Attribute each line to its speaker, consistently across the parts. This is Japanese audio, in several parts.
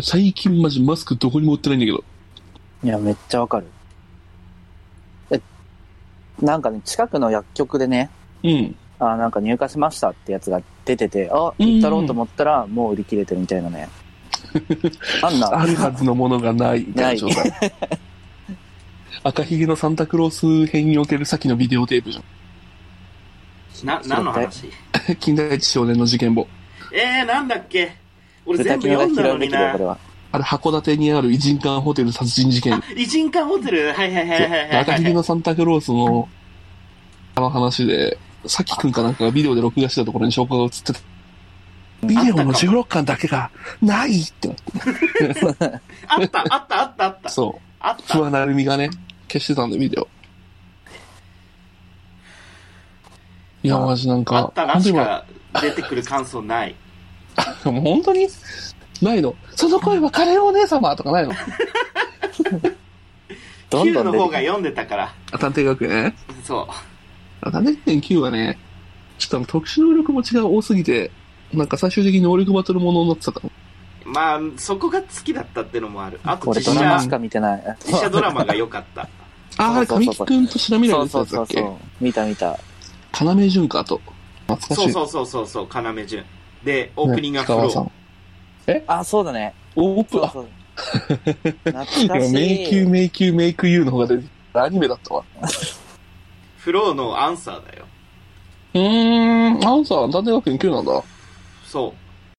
Speaker 1: 最近マジマスクどこにも売ってないんだけど。
Speaker 2: いや、めっちゃわかる。え、なんかね、近くの薬局でね、
Speaker 1: うん。
Speaker 2: あなんか入荷しましたってやつが出てて、あ、行ったろうと思ったら、もう売り切れてるみたいな ね。あん
Speaker 1: あるは
Speaker 2: な、
Speaker 1: ずのものがないみたいな状 態。赤ひげのサンタクロース編における先のビデオテープじゃん。
Speaker 3: な、何の話
Speaker 1: 近代一少年の事件簿。
Speaker 3: えー、なんだっけ俺
Speaker 2: 豚
Speaker 3: 全部
Speaker 2: キムが
Speaker 3: 読んだ
Speaker 2: 拾
Speaker 3: の
Speaker 2: うべき
Speaker 3: に
Speaker 2: だよ、
Speaker 3: な
Speaker 2: これ。は。
Speaker 1: あれ、函館にある異人館ホテル殺人事件。
Speaker 3: 異人館ホテルはいはいはいはいはい
Speaker 1: 赤ひ
Speaker 3: は
Speaker 1: げ
Speaker 3: い。
Speaker 1: のサンタクロースの、あの話で、さきくんかなんかがビデオで録画してたところに証拠が映ってた。ビデオの16巻だけがないってなって
Speaker 3: あったあったあったあった。
Speaker 1: そう。
Speaker 3: あった
Speaker 1: 不。安なるみがね、消してたんで、ビデオ。いや、マジなん
Speaker 3: あ
Speaker 1: か
Speaker 3: っ、たら
Speaker 1: 本当
Speaker 3: し
Speaker 1: に今、
Speaker 3: か出てくる感想ない。
Speaker 1: もう本当にないの。その声はカレーお姉様とか ないの。
Speaker 2: どんど
Speaker 3: Q
Speaker 2: ん出
Speaker 3: の
Speaker 2: て
Speaker 3: 方
Speaker 2: く
Speaker 3: が
Speaker 2: る。
Speaker 3: 読んでたから。
Speaker 1: 探偵学園ね。
Speaker 3: そ
Speaker 1: 探偵学園9はね、ちょっとあの特殊能力持ちが多すぎて、なんか最終的に能力バトルものになってたから。
Speaker 3: う。まあ、そこが好きだったってのもある。あと
Speaker 2: 俺
Speaker 3: 実
Speaker 2: ドラマし
Speaker 3: 写、
Speaker 2: か見てない。
Speaker 3: 実写ドラマが良 かった。
Speaker 1: あー、あれ、
Speaker 2: そうそ
Speaker 1: 神
Speaker 2: うそう
Speaker 1: 木くんと白
Speaker 2: そ
Speaker 1: ら
Speaker 2: う
Speaker 1: でた
Speaker 2: そ
Speaker 1: や
Speaker 2: う
Speaker 1: つだ
Speaker 2: そう
Speaker 1: っけ
Speaker 2: そう。見た見た。
Speaker 1: 要潤かと。懐か
Speaker 3: そ
Speaker 1: し
Speaker 3: う
Speaker 1: い。
Speaker 3: そうそうそうそう、要潤。で、オープニングがフロ
Speaker 1: ね氷川さ
Speaker 3: ー。
Speaker 1: ん。
Speaker 2: あ、そうだね。
Speaker 1: オープン、
Speaker 2: そう
Speaker 1: あ、
Speaker 2: そう。懐
Speaker 1: いや
Speaker 2: か
Speaker 1: 迷
Speaker 2: し
Speaker 1: 宮、
Speaker 2: い。
Speaker 1: 迷宮、メイクユーの方が出てきた。アニメだったわ。
Speaker 3: フローのアンサーだよ。
Speaker 1: うーん、アンサー、探偵学園9なんだ。
Speaker 3: そう。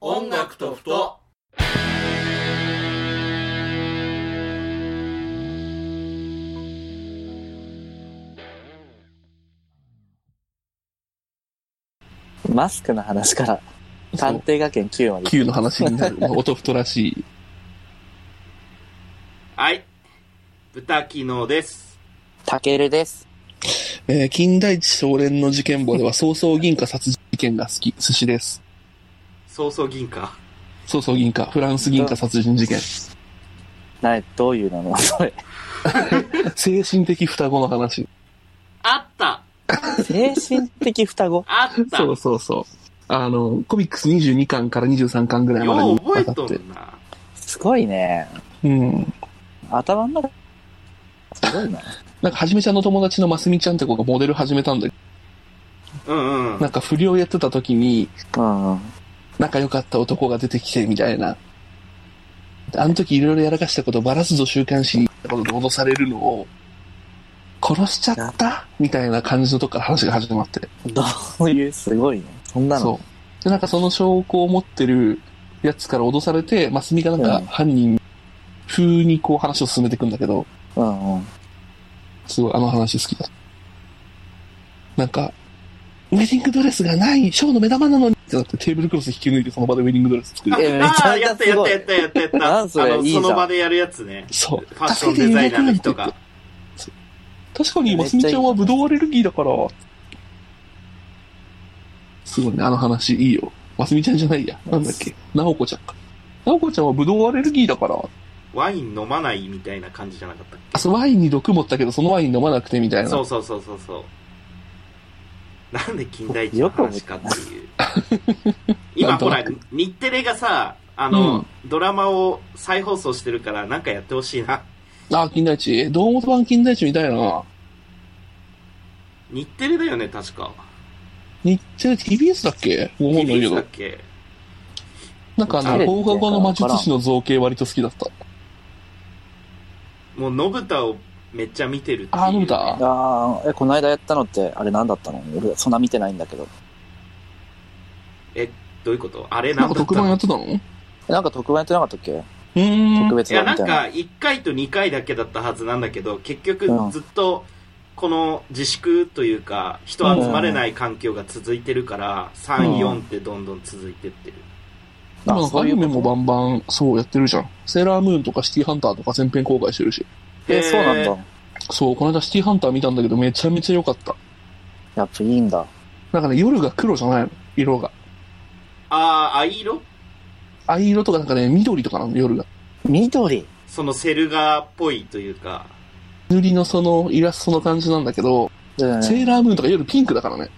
Speaker 3: 音楽とふと。
Speaker 2: マスクの話から、探偵学園9まで。
Speaker 1: 9の話にな る。まあ、音太らしい。
Speaker 3: はい。豚キノです。
Speaker 2: たけるです。
Speaker 1: えー金田一少年の事件簿では、早々銀貨殺人事件が好き。寿司です。
Speaker 3: 早々銀貨。
Speaker 1: 早々銀貨、フランス銀貨殺人事件。
Speaker 2: などういうの それ。
Speaker 1: 精神的双子の話。
Speaker 3: あった
Speaker 2: 精神的双子
Speaker 3: あった
Speaker 1: そうそうそう。あの、コミックス22巻から23巻ぐらいまで
Speaker 3: よう
Speaker 1: に
Speaker 3: 覚え
Speaker 1: わた
Speaker 3: と
Speaker 1: って
Speaker 3: ん。な。
Speaker 2: すごいね。
Speaker 1: うん。
Speaker 2: 頭の中、すごいな。
Speaker 1: なんか、はじめちゃんの友達のますみちゃんって子がモデル始めたんだけ
Speaker 3: うんう
Speaker 1: ど、。
Speaker 3: ん
Speaker 1: なんか不良やってた時に、
Speaker 2: うんうん。
Speaker 1: 仲良かった男が出てきて、みたいな。あの時いろいろやらかしたことをバラすぞ週刊誌に、ことで脅されるのを、殺しちゃったみたいな感じのとこから話が始まって。
Speaker 2: どういう、すごいね。そんなの。
Speaker 1: そう。で、なんかその証拠を持ってるやつから脅されて、ますみがなんか
Speaker 2: うん
Speaker 1: 犯人風にこう話を進めていくんだけど、
Speaker 2: うんうん。
Speaker 1: すごい、あの話好きだ。なんか、ウェディングドレスがない、ショーの目玉なのにってなってテーブルクロス引き抜いてその場でウェディングドレス作
Speaker 3: あ
Speaker 1: る。
Speaker 2: えめちゃ
Speaker 3: あー
Speaker 2: めち
Speaker 3: や
Speaker 2: ゃ
Speaker 3: った
Speaker 2: す
Speaker 3: やっ
Speaker 2: ご
Speaker 3: た
Speaker 2: い
Speaker 3: やったやった やった。
Speaker 2: なんそれ
Speaker 3: あの
Speaker 2: いいじゃ
Speaker 3: そ
Speaker 2: ん
Speaker 3: の場でやるやつね。
Speaker 1: そう。
Speaker 3: ファッションデザイナーの人が。
Speaker 1: 確かに、ますみちゃんはブドウアレルギーだから。すごいね、あの話いいよ。ますみちゃんじゃないや。なんだっけ。なおこちゃんか。なおこちゃんはブドウアレルギーだから。
Speaker 3: ワイン飲まないみたいな感じじゃなかったっ
Speaker 1: あ、そう、ワインに毒持ったけど、そのワイン飲まなくてみたい
Speaker 3: け
Speaker 1: な。
Speaker 3: そうそうそうそうそう。なんで近代一の話かっていう。 今ほら、日テレがさ、あの、
Speaker 1: うん
Speaker 3: ドラマを再放送してるからなんかやってほしいな。
Speaker 1: あ、金田一。堂本版金田一みたいな。
Speaker 3: 日テレだよね、確か。
Speaker 1: 日テレ TBS だっけ思うんだけ
Speaker 3: TBS だ
Speaker 1: ど
Speaker 3: っ。け
Speaker 1: なんかあ
Speaker 2: テレ
Speaker 1: の、
Speaker 2: ビ
Speaker 1: 放課後の魔術師の造形割と好きだった。
Speaker 3: もう、のぶたをめっちゃ見てるっていう。
Speaker 1: あー、のぶた。
Speaker 2: ああ、え、この間やったのって、あれ何だったの俺、そんな見てないんだけど。
Speaker 3: え、どういうことあれ
Speaker 1: な
Speaker 3: なんん
Speaker 1: か
Speaker 3: だっ
Speaker 1: 特
Speaker 3: た
Speaker 1: 番や
Speaker 3: の
Speaker 1: ってたのう
Speaker 2: えなんか特番やってなかったっけ
Speaker 1: ー
Speaker 2: 特
Speaker 1: ん。
Speaker 2: 別
Speaker 3: いや、
Speaker 2: 版
Speaker 3: な
Speaker 2: み
Speaker 3: ん
Speaker 2: たいな。
Speaker 3: か、1回と2回だけだったはずなんだけど、結局
Speaker 2: うん
Speaker 3: ずっと、この自粛というか、人集まれない環境が続いてるから、3、4ってどんどん続いてってる。
Speaker 1: 今なん
Speaker 2: あ
Speaker 1: か
Speaker 2: そ
Speaker 1: ア
Speaker 2: うい
Speaker 1: ニ
Speaker 2: うこ
Speaker 1: メ
Speaker 2: と
Speaker 1: もバンバン、そうやってるじゃん。セーラームーンとかシティハンターとか全編公開してるし。
Speaker 2: え、そうなんだ。
Speaker 1: そう、この間シティハンター見たんだけど、めちゃめちゃ良かった。
Speaker 2: やっぱいいんだ。
Speaker 1: なんかね、夜が黒じゃないの、色が。
Speaker 3: あー、藍色
Speaker 1: 藍色とかなんかね、緑とかなの、夜が。
Speaker 2: 緑
Speaker 3: そのセルガーっぽいというか。
Speaker 1: 塗りのそのイラストの感じなんだけど、
Speaker 2: うん。
Speaker 1: セーラームーンとか夜ピンクだからね。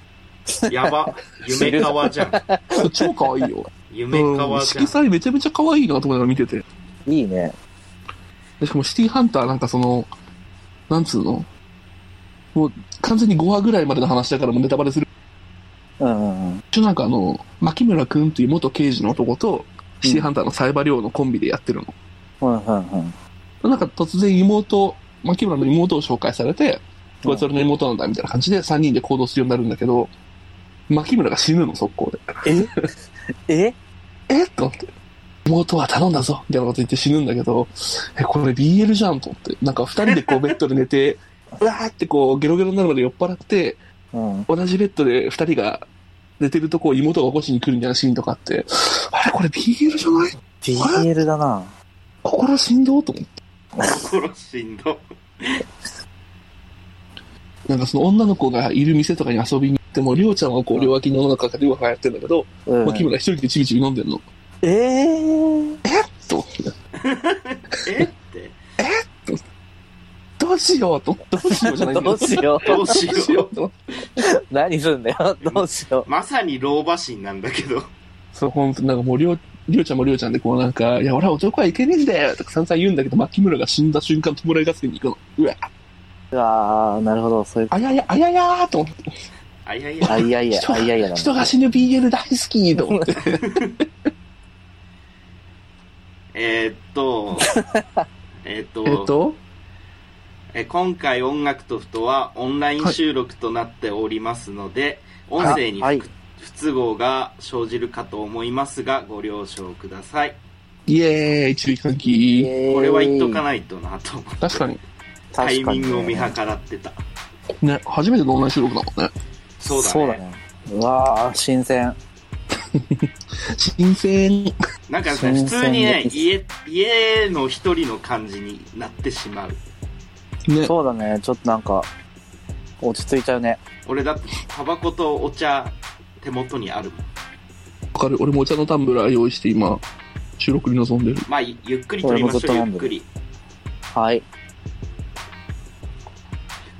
Speaker 3: やば。夢川じゃん。
Speaker 1: そう超可愛い よ。
Speaker 3: 夢
Speaker 1: うん
Speaker 3: 川じゃん
Speaker 1: 色。彩めちゃめちゃ可愛いなと思いながら見てて。
Speaker 2: いいね。
Speaker 1: でしかもシティハンターなんかその、なんつうのもう完全に5話ぐらいまでの話だからもうネタバレする。
Speaker 2: うんうんうん。
Speaker 1: 一応なんかあの、牧村くんっていう元刑事の男と、シティハンターのサイバリオのコンビでやってるの。
Speaker 2: うんうんうん。
Speaker 1: なんか突然妹、牧村の妹を紹介されて、こいつ俺の妹なんだみたいな感じで3人で行動するようになるんだけど、牧村が死ぬの、速攻で。
Speaker 2: え
Speaker 1: えっと思って。妹は頼んだぞみたいなこと言って死ぬんだけど、え、これ BL じゃんと思って。なんか二人でこうベッドで寝て、うわーってこうゲロゲロになるまで酔っ払って、
Speaker 2: うん。
Speaker 1: 同じベッドで二人が寝てるとこを妹が起こしに来るみたいなシーンとかあって、あれこれ BL じゃない
Speaker 2: BL だな。
Speaker 1: 心しんどと思って。
Speaker 3: 心しんど。
Speaker 1: なんかその女の子がいる店とかに遊びに行っても、りょうちゃんはこう両脇の世の中でうわはやってんだけど、
Speaker 2: うん。
Speaker 1: 牧村一人でちびちび飲んでんの。
Speaker 2: えー。
Speaker 1: と思って。
Speaker 3: えって。
Speaker 1: どうしようと思って、どうしようじゃないんだ
Speaker 2: どうしよ
Speaker 3: どうし
Speaker 1: どうしよ
Speaker 3: よ
Speaker 1: うと思って。
Speaker 2: う。何すんだよ。どうしよ
Speaker 3: う。まさに老婆心なんだけど。
Speaker 1: そう、ほんと、なんかもう、りょう、りょうちゃんもりょうちゃんで、こうなんか、いや、俺は男はいけねえんだよとか散々言うんだけど、牧村が死んだ瞬間、弔い合戦に行くの。うわ、
Speaker 2: う。ああ、なるほど。そういう。
Speaker 1: あやや、あややーと思って、
Speaker 3: あいやいや。
Speaker 2: あ、いやいや、
Speaker 1: 人
Speaker 2: あ、いやいやだ
Speaker 1: 人
Speaker 2: な。
Speaker 1: が死ぬ BL 大好きと思って。
Speaker 3: えーっ と、えーっと、
Speaker 1: えっと、
Speaker 3: え今回音楽とふとはオンライン収録となっておりますので、
Speaker 2: はい
Speaker 3: 音声に不,、
Speaker 2: はい
Speaker 3: 不都合が生じるかと思いますが、ご了承ください。
Speaker 1: イエーイ、注意喚起。
Speaker 3: こ
Speaker 2: こ
Speaker 3: れは言っとかないとなと思って
Speaker 1: 確かに。
Speaker 3: タイミングを見計らってた。
Speaker 1: ね、初めてのオンライン収録だもんね。
Speaker 3: そうだね。
Speaker 2: そうだね。うわあ、新鮮。
Speaker 1: 新鮮。
Speaker 3: なんかね、
Speaker 2: 新鮮
Speaker 3: 普通にね
Speaker 2: で、す
Speaker 3: 家、家の一人の感じになってしまう。
Speaker 1: ね、
Speaker 2: そうだね。ちょっとなんか、落ち着いちゃうね。
Speaker 3: 俺だって、タバコとお茶、手元にあるもん。
Speaker 1: わかる。俺もお茶のタンブラー用意して今、収録に臨んでる。
Speaker 3: まあ、ゆゆっくり撮りましょ
Speaker 2: 俺も
Speaker 3: う、
Speaker 2: ずっと飲
Speaker 3: ゆ
Speaker 2: ん
Speaker 3: っ
Speaker 2: で
Speaker 3: く
Speaker 2: る
Speaker 3: り。
Speaker 2: はい。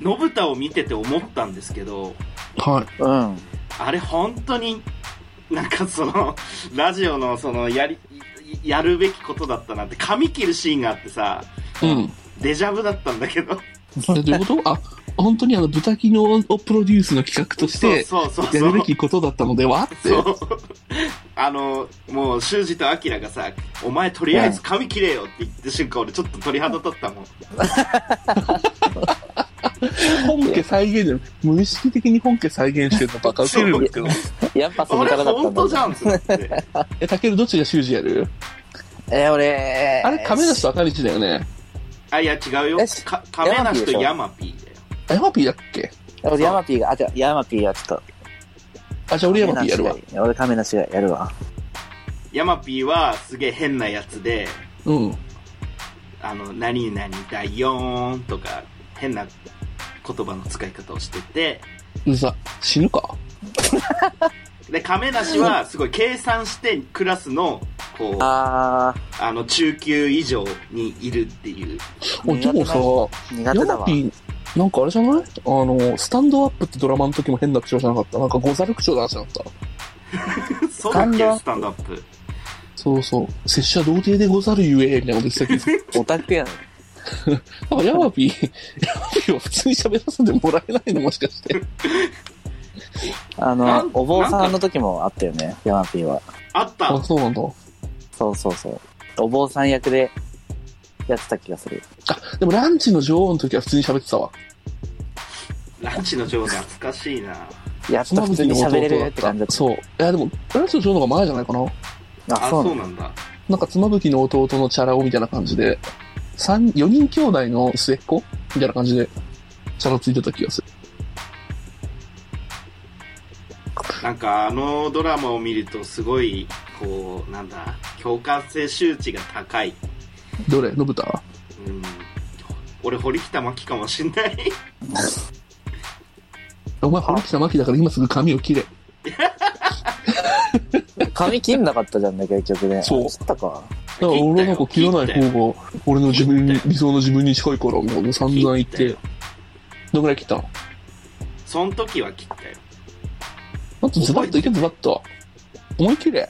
Speaker 3: のぶたを見てて思ったんですけど、
Speaker 1: はい。
Speaker 2: うん。
Speaker 3: あれ本当になんかそのラジオのそのやりやるべきことだったなって髪切るシーンがあってさ
Speaker 1: うん。
Speaker 3: デジャブだったんだけど
Speaker 1: え、どういうことあ、本当にあの、豚キノをプロデュースの企画として、
Speaker 3: そうそうそう
Speaker 1: や
Speaker 3: そ
Speaker 1: るべ
Speaker 3: う
Speaker 1: きことだったのではって。
Speaker 3: そうあのもう修二とアキラがさ「お前とりあえず髪切れよ」って言った瞬間俺ちょっと鳥肌立ったもん
Speaker 1: 本家再現じゃなくて無意識的に本家再現してるのバカウケるんですけど。
Speaker 2: やっぱそ
Speaker 3: あ
Speaker 2: れか
Speaker 3: れ
Speaker 2: らだった
Speaker 3: 本
Speaker 2: んだ
Speaker 3: 当じ。ゃんってなって
Speaker 1: え、たけるどっちが修二やる
Speaker 2: えー、俺。
Speaker 1: あれ、亀梨と赤道だよね。
Speaker 3: あいや違うよ
Speaker 2: え
Speaker 3: か亀梨とヤマピーだよ
Speaker 1: ヤマピーだっけ
Speaker 2: 俺ヤマピーが、あ、じゃヤマピーはちょっと。
Speaker 1: あ、じゃあ俺ヤマピーやるわ。
Speaker 2: いや。俺亀梨がやるわ。
Speaker 3: ヤマピーはすげえ変なやつで
Speaker 1: うん。
Speaker 3: あの、何々だよーんとか、変な言葉の使い方をしてて、
Speaker 1: うざ。死ぬか。
Speaker 3: で、亀梨はすごい計算してクラスの、こう、あ
Speaker 2: あ
Speaker 3: の、中級以上にいるっ ていう。
Speaker 1: お、でもさ、
Speaker 2: ー、苦
Speaker 1: ヤ
Speaker 2: 手だ
Speaker 1: マ
Speaker 2: わ
Speaker 1: ピ。ー、なんかあれじゃないあの、スタンドアップってドラマの時も変な口調じゃなかった。なんかござる口調だなじゃなかった。
Speaker 3: そうだ
Speaker 2: スタ
Speaker 3: っ
Speaker 2: ンドアッ
Speaker 3: け
Speaker 2: プ
Speaker 3: スタンドアップ。
Speaker 1: そうそう。拙者童貞でござるゆえ、みたいなこと言ってたけど。
Speaker 2: オタクやん。
Speaker 1: なんかヤマピー、ヤマピーは普通に喋らせてもらえないのもしか して。
Speaker 2: あ
Speaker 3: な
Speaker 2: の
Speaker 3: ん、
Speaker 2: お坊さんの時もあったよね、ヤマピーは。
Speaker 3: あった
Speaker 1: あ、そうなんだ。
Speaker 2: そうそうそう。お坊さん役でやってた気がする。
Speaker 1: あ、でもランチの女王の時は普通に喋ってたわ。
Speaker 3: ランチの女王懐かしいな。
Speaker 2: やっと普通に喋れるって感じだった。
Speaker 1: そう。いや、でも、ランチの女王の方が前じゃないかな。
Speaker 3: あ、
Speaker 2: あ、そう
Speaker 3: そ
Speaker 2: な
Speaker 3: うん
Speaker 2: だ。
Speaker 3: なんだ。
Speaker 1: なんか、妻夫木の弟のチャラ男みたいな感じで、三、四人兄弟の末っ子みたいな感じで、チャラついてた気がする。
Speaker 3: なんかあのドラマを見るとすごい、こう、なんだ、共感性周知が高い。
Speaker 1: どれのぶた
Speaker 3: うん。俺、堀北真希かもしんない。
Speaker 1: お前、堀北真希だから今すぐ髪を切れ。
Speaker 2: 髪切んなかったじゃんね、結局ね。
Speaker 1: そう
Speaker 2: 切っ
Speaker 1: だ
Speaker 2: たか。
Speaker 1: から俺なんか切らない方が、俺の自分に、理想の自分に近いから、もう散々言っ
Speaker 3: 切ってた。
Speaker 1: どんぐらい切ったの
Speaker 3: その時は切ったよ。
Speaker 1: あとズバッといけ、ズバッと。思い切れ。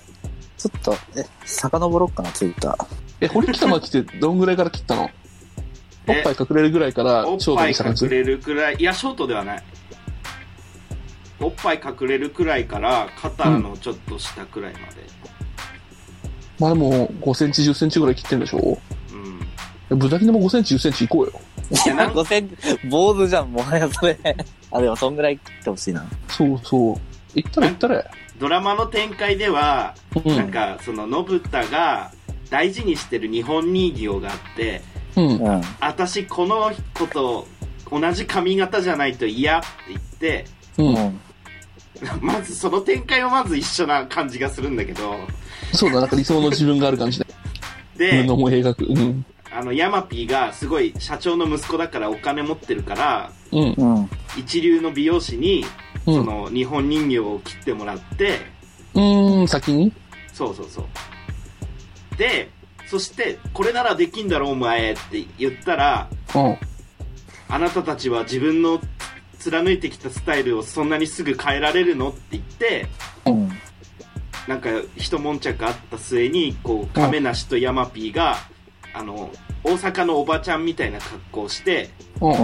Speaker 2: ちょっと、え、遡ろっかな、ツイッター。
Speaker 1: え、堀北真希ってどんぐらいから切ったのおっ
Speaker 3: え
Speaker 1: ぱい隠れるぐらいから、
Speaker 3: おっ
Speaker 1: ショート
Speaker 3: ぱい
Speaker 1: にした感
Speaker 3: 隠
Speaker 1: じ
Speaker 3: れるくらい、いや、ショートではない。おっぱい隠れるくらいから、肩のちょっと下くらいまで。
Speaker 1: まあでも、5センチ、10センチぐらい切ってんでしょ
Speaker 3: うん。
Speaker 1: ぶだけでも5センチ、10センチいこうよ。
Speaker 3: いやなん
Speaker 2: 5センチ、坊主じゃん、もはやそれ。あ、でもそんぐらい切ってほしいな。
Speaker 1: そうそう。行ったら行ったら。
Speaker 3: ドラマの展開では、
Speaker 1: う
Speaker 3: なん
Speaker 1: ん。
Speaker 3: か、その、信太が大事にしてる日本人形があって、
Speaker 1: うん。
Speaker 2: うん。
Speaker 3: 私、この子と同じ髪型じゃないと嫌って言って、
Speaker 1: うん。
Speaker 2: うん。
Speaker 3: まずその展開はまず一緒な感じがするんだけど、
Speaker 1: そうだ、なんか理想の自分がある感じで。自分
Speaker 3: で
Speaker 1: の、思い描く。うん。
Speaker 3: あの、ヤマピーがすごい社長の息子だからお金持ってるから、
Speaker 1: うん。
Speaker 2: うん。
Speaker 3: 一流の美容師に、
Speaker 1: う
Speaker 3: そ
Speaker 1: ん。
Speaker 3: の、日本人形を切ってもらって、
Speaker 1: うーん、先に
Speaker 3: そうそうそう。で、そして、これならできんだろお前って言ったら、
Speaker 1: うん。
Speaker 3: あなたたちは自分の貫いてきたスタイルをそんなにすぐ変えられるのって言って、
Speaker 2: うん。
Speaker 3: なんか一悶着あった末にこう亀梨とヤマピーが、あの大阪のおばちゃんみたいな格好をして
Speaker 1: うん。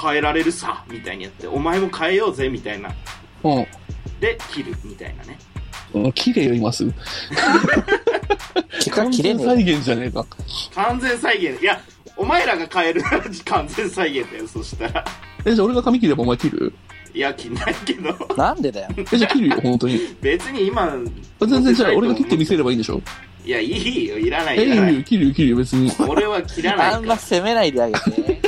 Speaker 3: 変えられるさみたいにやってお前も変えようぜみたいな
Speaker 1: うん。
Speaker 3: で切るみたいなね
Speaker 1: うん、綺麗よ、今すぐ。
Speaker 2: 結果
Speaker 1: 完
Speaker 2: 切れ
Speaker 1: 全
Speaker 2: ねえ。
Speaker 1: 再現じゃねえか。
Speaker 3: 完全再現いやお前らが変えるなら完全再現だよそしたら
Speaker 1: え、じゃあ俺が髪切ればお前切る
Speaker 3: いや切んないけど
Speaker 2: なんでだよ。
Speaker 1: え、じゃあ切るよ、本当に。
Speaker 3: 別に今
Speaker 1: 全然じゃ あ俺が切ってみせればいいんでしょ
Speaker 3: いやいいよいらない
Speaker 1: え、
Speaker 3: い
Speaker 1: い
Speaker 3: らないい
Speaker 1: よ、切るよ、切るよ、別に。
Speaker 3: 俺は切らない
Speaker 2: あ
Speaker 3: か
Speaker 2: んま
Speaker 3: ら
Speaker 2: 責めないであげて。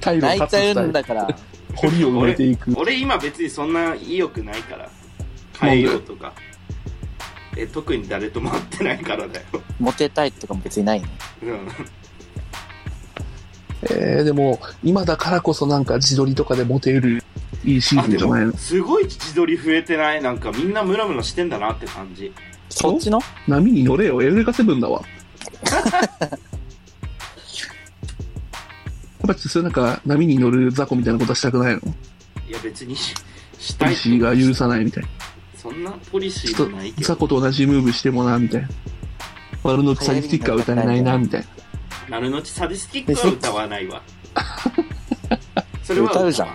Speaker 1: 退路を
Speaker 2: 泣
Speaker 1: 断
Speaker 2: い
Speaker 1: つ
Speaker 2: ちゃ
Speaker 1: スタ
Speaker 2: う
Speaker 1: イ
Speaker 2: ん
Speaker 1: ル。
Speaker 2: だから。
Speaker 1: 堀を埋めていく。
Speaker 3: 俺今別にそんな意欲ないから変えようとかえ特に誰とも会ってないからだよ、
Speaker 2: モテたいとかも別にないの。
Speaker 3: うん、
Speaker 1: えー、でも、今だからこそなんか自撮りとかでモテるいいシー
Speaker 3: あ
Speaker 1: ズン
Speaker 3: で
Speaker 1: じゃないの
Speaker 3: もすごい自撮り増えてないなんかみんなムラムラしてんだなって感じ
Speaker 2: そっちの
Speaker 1: 波に乗れよ、エウレカセブンだわ。やっぱちょっとそういうなんか波に乗る雑魚みたいなことはしたくないの
Speaker 3: いや別にしした
Speaker 1: ポ
Speaker 3: い
Speaker 1: リシーが許さないみたいな。
Speaker 3: そんなポリシ
Speaker 1: ち
Speaker 3: ー
Speaker 1: ょっ
Speaker 3: もない
Speaker 1: と
Speaker 3: け
Speaker 1: 雑
Speaker 3: ど
Speaker 1: 魚と同じムーブしてもな、みたいな。ワルノサイスティックは歌えないな、みたいな。
Speaker 3: 丸の内サディスティックは歌わないわ それは
Speaker 2: 歌うじゃん。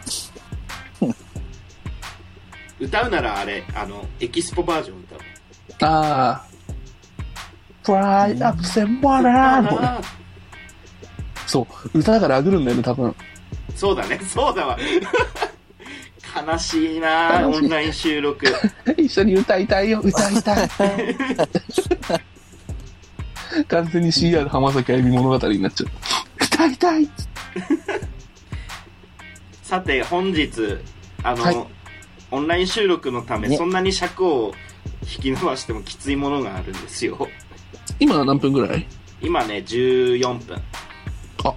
Speaker 3: 歌うならあれあのエキスポバージョン歌う
Speaker 1: ああ。Fly up the water! そう、歌だからあぐるんだよね、多分。
Speaker 3: そうだねそうだわ悲しいな
Speaker 1: 悲し
Speaker 3: オ
Speaker 1: い
Speaker 3: ンライン収録
Speaker 1: 一緒に歌いたいよ、歌い たい。完全に CR 浜崎あゆみ物語になっちゃう。歌いたい
Speaker 3: さて本日あの、
Speaker 1: はい
Speaker 3: オンライン収録のため、
Speaker 2: ね
Speaker 3: そんなに尺を引き伸ばしてもきついものがあるんですよ
Speaker 1: 今何分ぐらい
Speaker 3: 今ね14分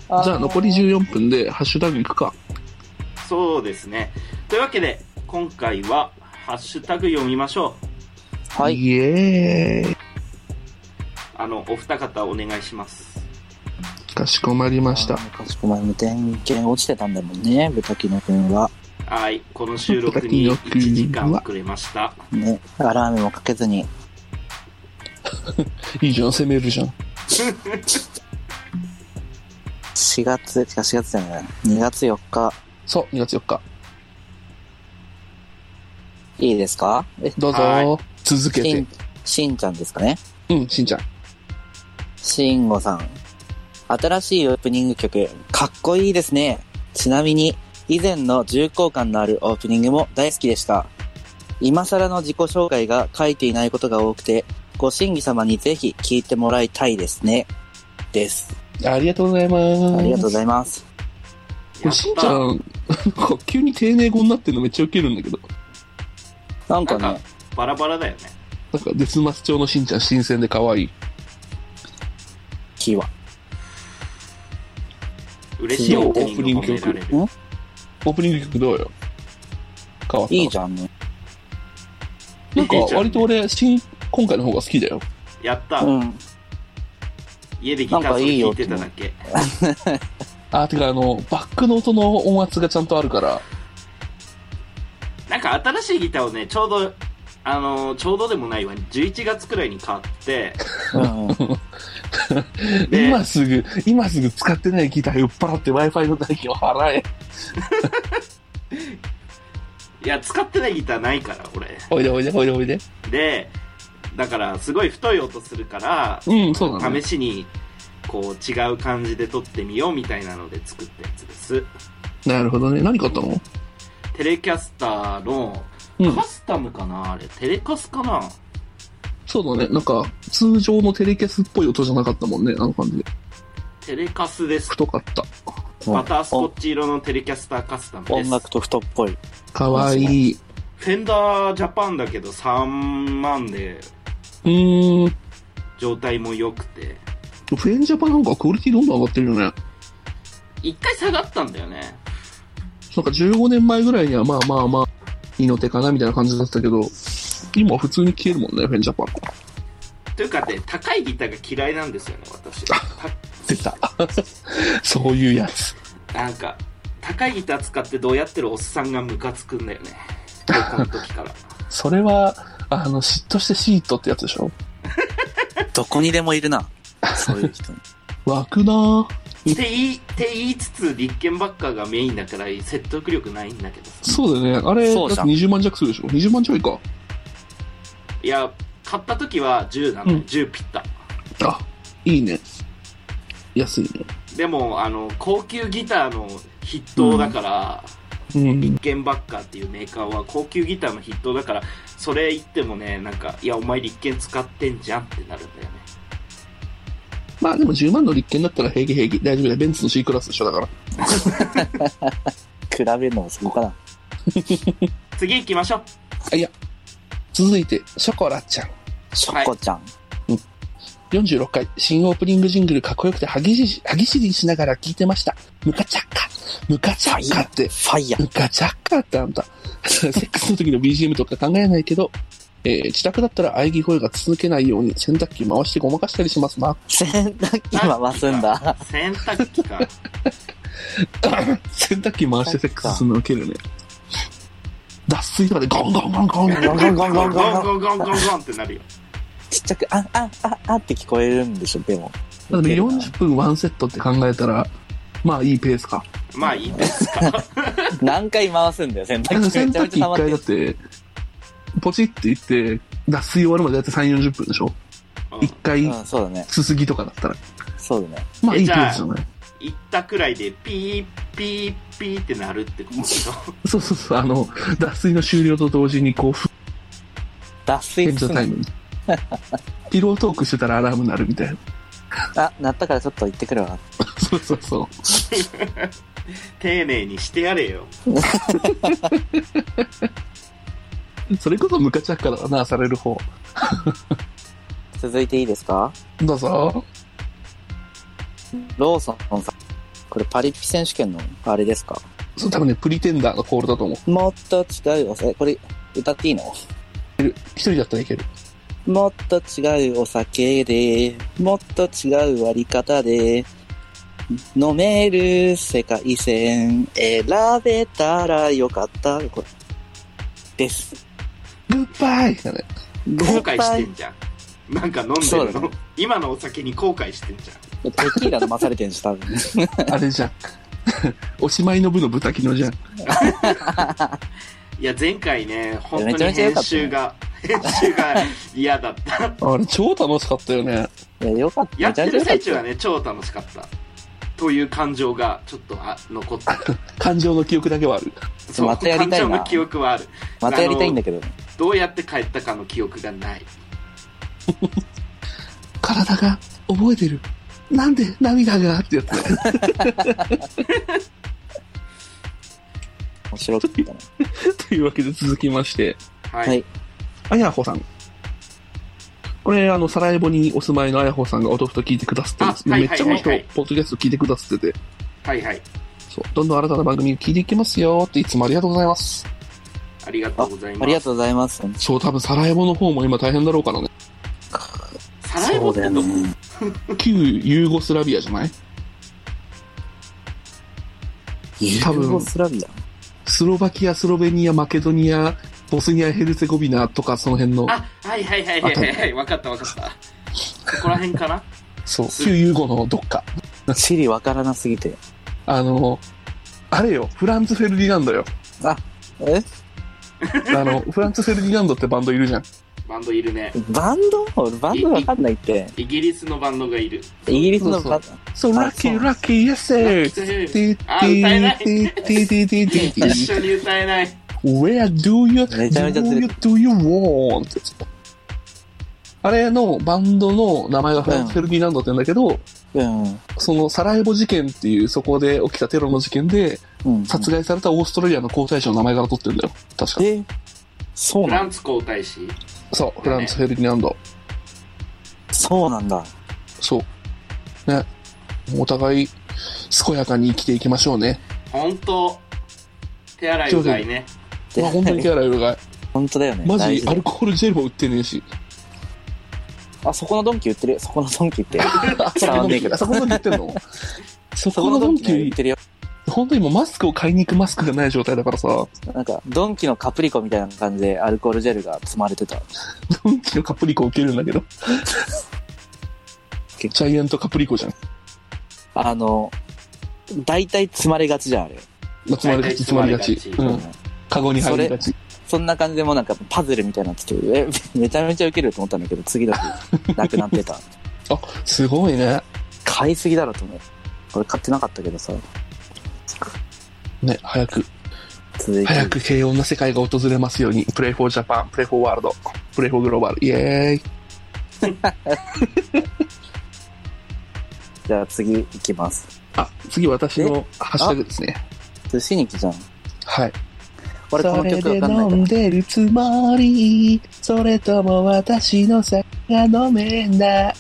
Speaker 1: あ、じゃあ残り14分でハッシュタグいくか。
Speaker 3: そうですねというわけで今回は「ハッシュタグ読みましょう
Speaker 2: はい。
Speaker 1: イエーイ。」
Speaker 3: あのお二方お願いします
Speaker 1: かしこまりました
Speaker 2: あ。ーかしこまりの点検落ちてたんだもんね、ブタキノ君は。
Speaker 3: はいこの収録に1時間くれました
Speaker 2: ね。アラームもかけずに。
Speaker 1: いいじゃん、攻めるじゃん。
Speaker 2: 4月、違う4月じゃない。2月4日。
Speaker 1: そう、2月4日。
Speaker 2: いいですかえ、
Speaker 1: どう
Speaker 3: は
Speaker 1: ぞ、続け
Speaker 2: してん。、しんちゃんですかね
Speaker 1: うん、しんちゃん。
Speaker 2: しんごさん。新しいオープニング曲、かっこいいですね。ちなみに、以前の重厚感のあるオープニングも大好きでした。今更の自己紹介が書いていないことが多くて、ご審議様にぜひ聞いてもらいたいですね。です。
Speaker 1: ありがとうございます。
Speaker 2: ありがとうございます。
Speaker 1: これしんちゃん、なんか 急に丁寧語になってるのめっちゃウケるんだけど。
Speaker 2: なんか
Speaker 3: なん
Speaker 2: ね
Speaker 3: か、バラバラだよね
Speaker 1: なんか、絶末調のしんちゃん新鮮で可愛い。
Speaker 2: キーは。
Speaker 3: 嬉しいオープニング
Speaker 1: オープニング
Speaker 3: 曲
Speaker 1: 曲
Speaker 3: られ
Speaker 2: う
Speaker 3: る
Speaker 2: ん。
Speaker 1: オープニング曲どうよ変わった
Speaker 2: いいじゃんね。
Speaker 1: なんか
Speaker 3: いいじゃん
Speaker 1: 割と俺新今回の方が好きだよ
Speaker 3: やった、
Speaker 2: うん。
Speaker 3: 家でギター
Speaker 2: なん
Speaker 3: そ
Speaker 2: か
Speaker 3: れ
Speaker 2: いいよ
Speaker 3: 聴いてただけ。
Speaker 1: あーてかあのバックの音の音圧がちゃんとあるから
Speaker 3: なんか新しいギターをね、ちょうど、あのーちょうどでもないわ、11月くらいに買って、
Speaker 2: うん。
Speaker 3: で
Speaker 1: 今すぐ今すぐ使ってないギター酔っ払って w i f i の代金を払え
Speaker 3: いや、使ってないギターないから、俺。
Speaker 1: おいでおいでおいでおいで
Speaker 3: で、だから、すごい太い音するから、
Speaker 1: うんそうだね
Speaker 3: 試しに、こう、違う感じで撮ってみようみたいなので作ったやつです。
Speaker 1: なるほどね何買ったの
Speaker 3: テレキャスターの、
Speaker 1: うん
Speaker 3: カスタムかなあれ、テレカスかな
Speaker 1: そうだねなんか通常のテレキャスっぽい音じゃなかったもんねあの感じで
Speaker 3: テレカスです。
Speaker 1: 太かった
Speaker 3: バタースコッチ色のテレキャスターカスタムで す。
Speaker 2: 音楽と太っぽい。
Speaker 1: かわいい
Speaker 3: フェンダージャパンだけど3万で
Speaker 1: うーん
Speaker 3: 状態も良くて。
Speaker 1: フェンジャパなんかクオリティどんどん上がってるよね
Speaker 3: 一回下がったんだよね。
Speaker 1: なんか15年前ぐらいにはまあまあまあ、いいの手かなみたいな感じだったけど、今普通に消えるもんね、フェンジャパン。
Speaker 3: というかね、高いギターが嫌いなんですよね、 私。
Speaker 1: 出た。そういうやつ。
Speaker 3: たなんか、高いギター使ってどうやってるおっさんがムカつくんだよね。高校の時から。
Speaker 1: それは、あの、嫉妬してシートってやつでしょ
Speaker 2: どこにでもいるな。そういう人。
Speaker 1: 湧くなぁ。
Speaker 3: って言い、って言いつつ、立憲ばっかがメインだから説得力ないんだけどさ。
Speaker 1: そうだよね。あれ、だ
Speaker 2: そ
Speaker 1: っ
Speaker 2: う
Speaker 1: て
Speaker 2: じゃん
Speaker 1: 20万弱するでしょ ?20 万ちょいか。
Speaker 3: いや、買った時は10なの、
Speaker 1: うん
Speaker 3: 10ピッタ。
Speaker 1: あ、いいね。安いね。
Speaker 3: でも、あの、高級ギターの筆頭だから、
Speaker 1: うん。
Speaker 3: ゲンバッカーっていうメーカーは高級ギターの筆頭だからそれ言ってもねなんかいやお前立憲使ってんじゃんってなるんだよね
Speaker 1: まあでも10万の立件だったら平気平気。大丈夫だよ。ベンツの C クラスでしょだから。
Speaker 2: 比べるのもそこかな。
Speaker 3: 次行きましょう
Speaker 1: あ、いや。続いて、ショコラちゃん。
Speaker 2: ショコちゃん。
Speaker 1: 46回、新オープニングジングルかっこよくて歯ぎし、歯ぎしりしながら聞いてました。ムカチャッカムカチャッカって、
Speaker 2: ファイヤー。
Speaker 1: ムカチャッカってあんた。 セックスの時の BGM とか考えないけど、えー自宅だったら喘ぎ声が続けないように洗濯機回してごまかしたりしますな。
Speaker 2: 洗 濯機回すんだ。
Speaker 3: 洗濯機か
Speaker 1: 洗濯機回してセックスするの受けるね。脱水とかでゴンゴンゴンゴンゴン
Speaker 2: ゴンゴンゴ
Speaker 3: ゴ
Speaker 2: ン
Speaker 3: ン
Speaker 2: ゴ
Speaker 3: ゴ
Speaker 2: ンゴン
Speaker 3: ンゴンゴンゴンゴンってなるよ
Speaker 2: ちっちゃく、あん、あん、あん、あんって聞こえるんでしょ、でも。
Speaker 1: だって40分ワンセットって考えたら、まあいいペースか。
Speaker 3: まあいいです
Speaker 2: 何回回すんだよ、洗
Speaker 1: だから
Speaker 2: 濯機。
Speaker 1: 洗
Speaker 2: めちゃ
Speaker 1: 濯
Speaker 2: め
Speaker 1: 機
Speaker 2: ちゃ
Speaker 1: 一
Speaker 2: 溜まって
Speaker 1: 回だ
Speaker 2: る
Speaker 1: っ。て、ポチっていって、脱水終わるまでだって3、40分でしょ
Speaker 3: うん
Speaker 1: 一回
Speaker 2: うん、そうだね。
Speaker 1: すすぎとかだったら。
Speaker 2: そうだね。
Speaker 1: まあ
Speaker 3: え
Speaker 1: いい
Speaker 3: じ
Speaker 1: ペ
Speaker 3: ゃあ
Speaker 1: ースじゃない。
Speaker 3: 行ったくらいでピーピーピーってなるってことでしょ
Speaker 1: そうそうそう、あの、脱水の終了と同時にこう、フ
Speaker 2: 脱
Speaker 1: レ
Speaker 2: 水
Speaker 1: ン
Speaker 2: す
Speaker 1: ズ
Speaker 2: ん
Speaker 1: タイム に。ピロートークしてたらアラーム鳴るみたいな。
Speaker 2: あ、鳴ったからちょっと行ってくるわ。
Speaker 1: そうそうそう。
Speaker 3: 丁寧にしてやれよ
Speaker 1: それこそムカチャッカだな、される方。
Speaker 2: 続いていいですか
Speaker 1: どうぞ。
Speaker 2: ローソンさん。これパリピ選手権のあれですか
Speaker 1: そう、多分ね、プリテンダーのコールだと思う。
Speaker 2: もっと違うお酒、これ歌っていいの
Speaker 1: 一人だったらいける。
Speaker 2: もっと違うお酒で、もっと違う割り方で、飲める世界線、選べたらよかった。これです。
Speaker 1: グッバイだね。
Speaker 3: 後
Speaker 2: グ
Speaker 3: 悔
Speaker 2: ッバ
Speaker 3: して
Speaker 2: イ
Speaker 3: んじゃんなんか飲んで
Speaker 2: そう
Speaker 3: る
Speaker 2: だ
Speaker 3: の、
Speaker 2: ね
Speaker 3: 今のお酒に後悔してんじゃん
Speaker 2: テキーラ飲まされてるんです、多分。
Speaker 1: あれじゃん。おしまいの部のブタキノじゃん。
Speaker 3: いや前回ね本
Speaker 2: めち
Speaker 3: 当
Speaker 2: ゃ
Speaker 3: に
Speaker 2: めちゃ良か
Speaker 3: 編
Speaker 2: ったね
Speaker 3: 集が編集が嫌だった
Speaker 1: あれ超楽しかったよね。
Speaker 2: いや、よかった。
Speaker 3: やってる最中は
Speaker 2: ね。
Speaker 3: ね、超楽しかった。という感情が、ちょっと、あ、残ってる。
Speaker 1: 感情の記憶だけはある。
Speaker 3: そう、
Speaker 2: またやりたいな
Speaker 3: 感情の記憶はある。
Speaker 2: またやりたいんだけど。
Speaker 3: どうやって帰ったかの記憶がない。
Speaker 1: 体が覚えてる。なんで涙がってやつ ね。
Speaker 2: 面白かったな。
Speaker 1: というわけで続きまして、
Speaker 3: はい。
Speaker 2: はい
Speaker 1: あやほさん。これ、あの、サラエボにお住まいのあやほさんがお豆腐と聞いてくださってます。
Speaker 3: あはい
Speaker 1: めっちゃこの人、
Speaker 3: はいはいはい
Speaker 1: ポッドキャスト聞いてくださってて、
Speaker 3: はいはい。
Speaker 1: そうどんどん新たな番組聞いていきますよっていつもありがとうございます。
Speaker 3: ありがとうございます。
Speaker 2: ありがとうございます。
Speaker 1: そう、多分、サラエボの方も今大変だろうからね。
Speaker 3: サラエボってどこ、
Speaker 2: ね。
Speaker 1: 旧ユーゴスラビアじゃない
Speaker 2: ユ
Speaker 1: 多分
Speaker 2: ーゴスラビア。
Speaker 1: スロバキア、スロベニア、マケドニア、ボスニア、ヘルツェゴビナとかその辺の、
Speaker 3: あ、はいはいはいはいはいはい。わかったわかった。ここら辺かな
Speaker 1: そう、旧ユーゴのどっか。
Speaker 2: 地理わからなすぎて。
Speaker 1: あの、あれよ、フランツ・フェルディナン ドよ。
Speaker 2: え
Speaker 1: あの、フランツ・フェルディナンドってバンドいるじゃん。
Speaker 3: バンドいるね。
Speaker 2: バンドバンドわかんないって。
Speaker 3: イギリスのバンドがい る。
Speaker 2: イギリスのバンド。
Speaker 1: そう、ラッキ
Speaker 2: そう
Speaker 1: ー、ラッキー、イエスセー
Speaker 3: あ歌えない一
Speaker 1: Where
Speaker 3: 緒に歌
Speaker 1: do you,
Speaker 2: め
Speaker 3: えない。
Speaker 2: ちゃめちゃ
Speaker 1: do
Speaker 2: ず
Speaker 1: you,
Speaker 2: れ
Speaker 1: do you want? あれのバンドの名前がフランツ・フェルディナンドって言うんだけど、
Speaker 2: うん。
Speaker 1: そのサラエボ事件っていう、そこで起きたテロの事件で、
Speaker 2: うん。
Speaker 1: 殺害されたオーストラリアの皇太子の名前から取ってるんだよ。確か。
Speaker 2: えそう
Speaker 3: フ
Speaker 2: な
Speaker 3: ラ
Speaker 2: ん
Speaker 3: ンツ皇太子。
Speaker 1: そう、フランツ・フェルディナンド。
Speaker 2: そうなんだ。
Speaker 1: そう。ね。お互い、健やかに生きていきましょうね。
Speaker 3: 本当手洗いうがいね。
Speaker 1: まあ、本当に手洗いうがい。
Speaker 2: 本当だよね。
Speaker 1: マ
Speaker 2: 大
Speaker 1: ジ
Speaker 2: 事、
Speaker 1: アルコールジェルも売ってねえし。
Speaker 2: あ、そこのドンキ売ってるよ。そこのドンキって。
Speaker 1: あそ
Speaker 2: 伝わ
Speaker 1: こ
Speaker 2: んねえけ
Speaker 1: の、
Speaker 2: ど
Speaker 1: あそこの売ってんのそ
Speaker 2: そ
Speaker 1: こ
Speaker 2: こ
Speaker 1: の
Speaker 2: のド
Speaker 1: ドン
Speaker 2: ンキね売
Speaker 1: キ、
Speaker 2: ってるよ。
Speaker 1: 本当にもうマスクを買いに行くマスクがない状態だからさ、ド
Speaker 2: なんか、ドンキのカプリコみたいな感じでアルコールジェルが積まれてた。
Speaker 1: ンキのカプリコを受けるんだけど。ジャイアントカプリコじゃん。
Speaker 2: あの、大体積まれがちじゃん、あれ。
Speaker 1: まあ、つまりがち、つまりがち。
Speaker 3: つ
Speaker 1: う
Speaker 3: まりが
Speaker 1: ん。カゴに入りがち。
Speaker 2: そんな感じでもうなんかパズルみたいになってて、え、めちゃめちゃウケると思ったんだけど、次の 日、なくなってた。
Speaker 1: すごいね。
Speaker 2: 買いすぎだろと思う。俺買ってなかったけどさ。
Speaker 1: ね、早く、
Speaker 2: 続いて。
Speaker 1: 早く平穏な世界が訪れますように。プレイフォージャパン、プレイフォーワールド、プレイフォーグローバル。イエーイ。
Speaker 2: じゃあ次行きます。
Speaker 1: あ、次私のハッシュタグですね。
Speaker 2: 寿司に来じゃん。
Speaker 1: はい。
Speaker 2: 俺この曲わかんな
Speaker 1: そ
Speaker 2: い
Speaker 1: れ
Speaker 2: か
Speaker 1: で
Speaker 2: ら
Speaker 1: 飲ん。でるつもりそれとも私の酒が飲めない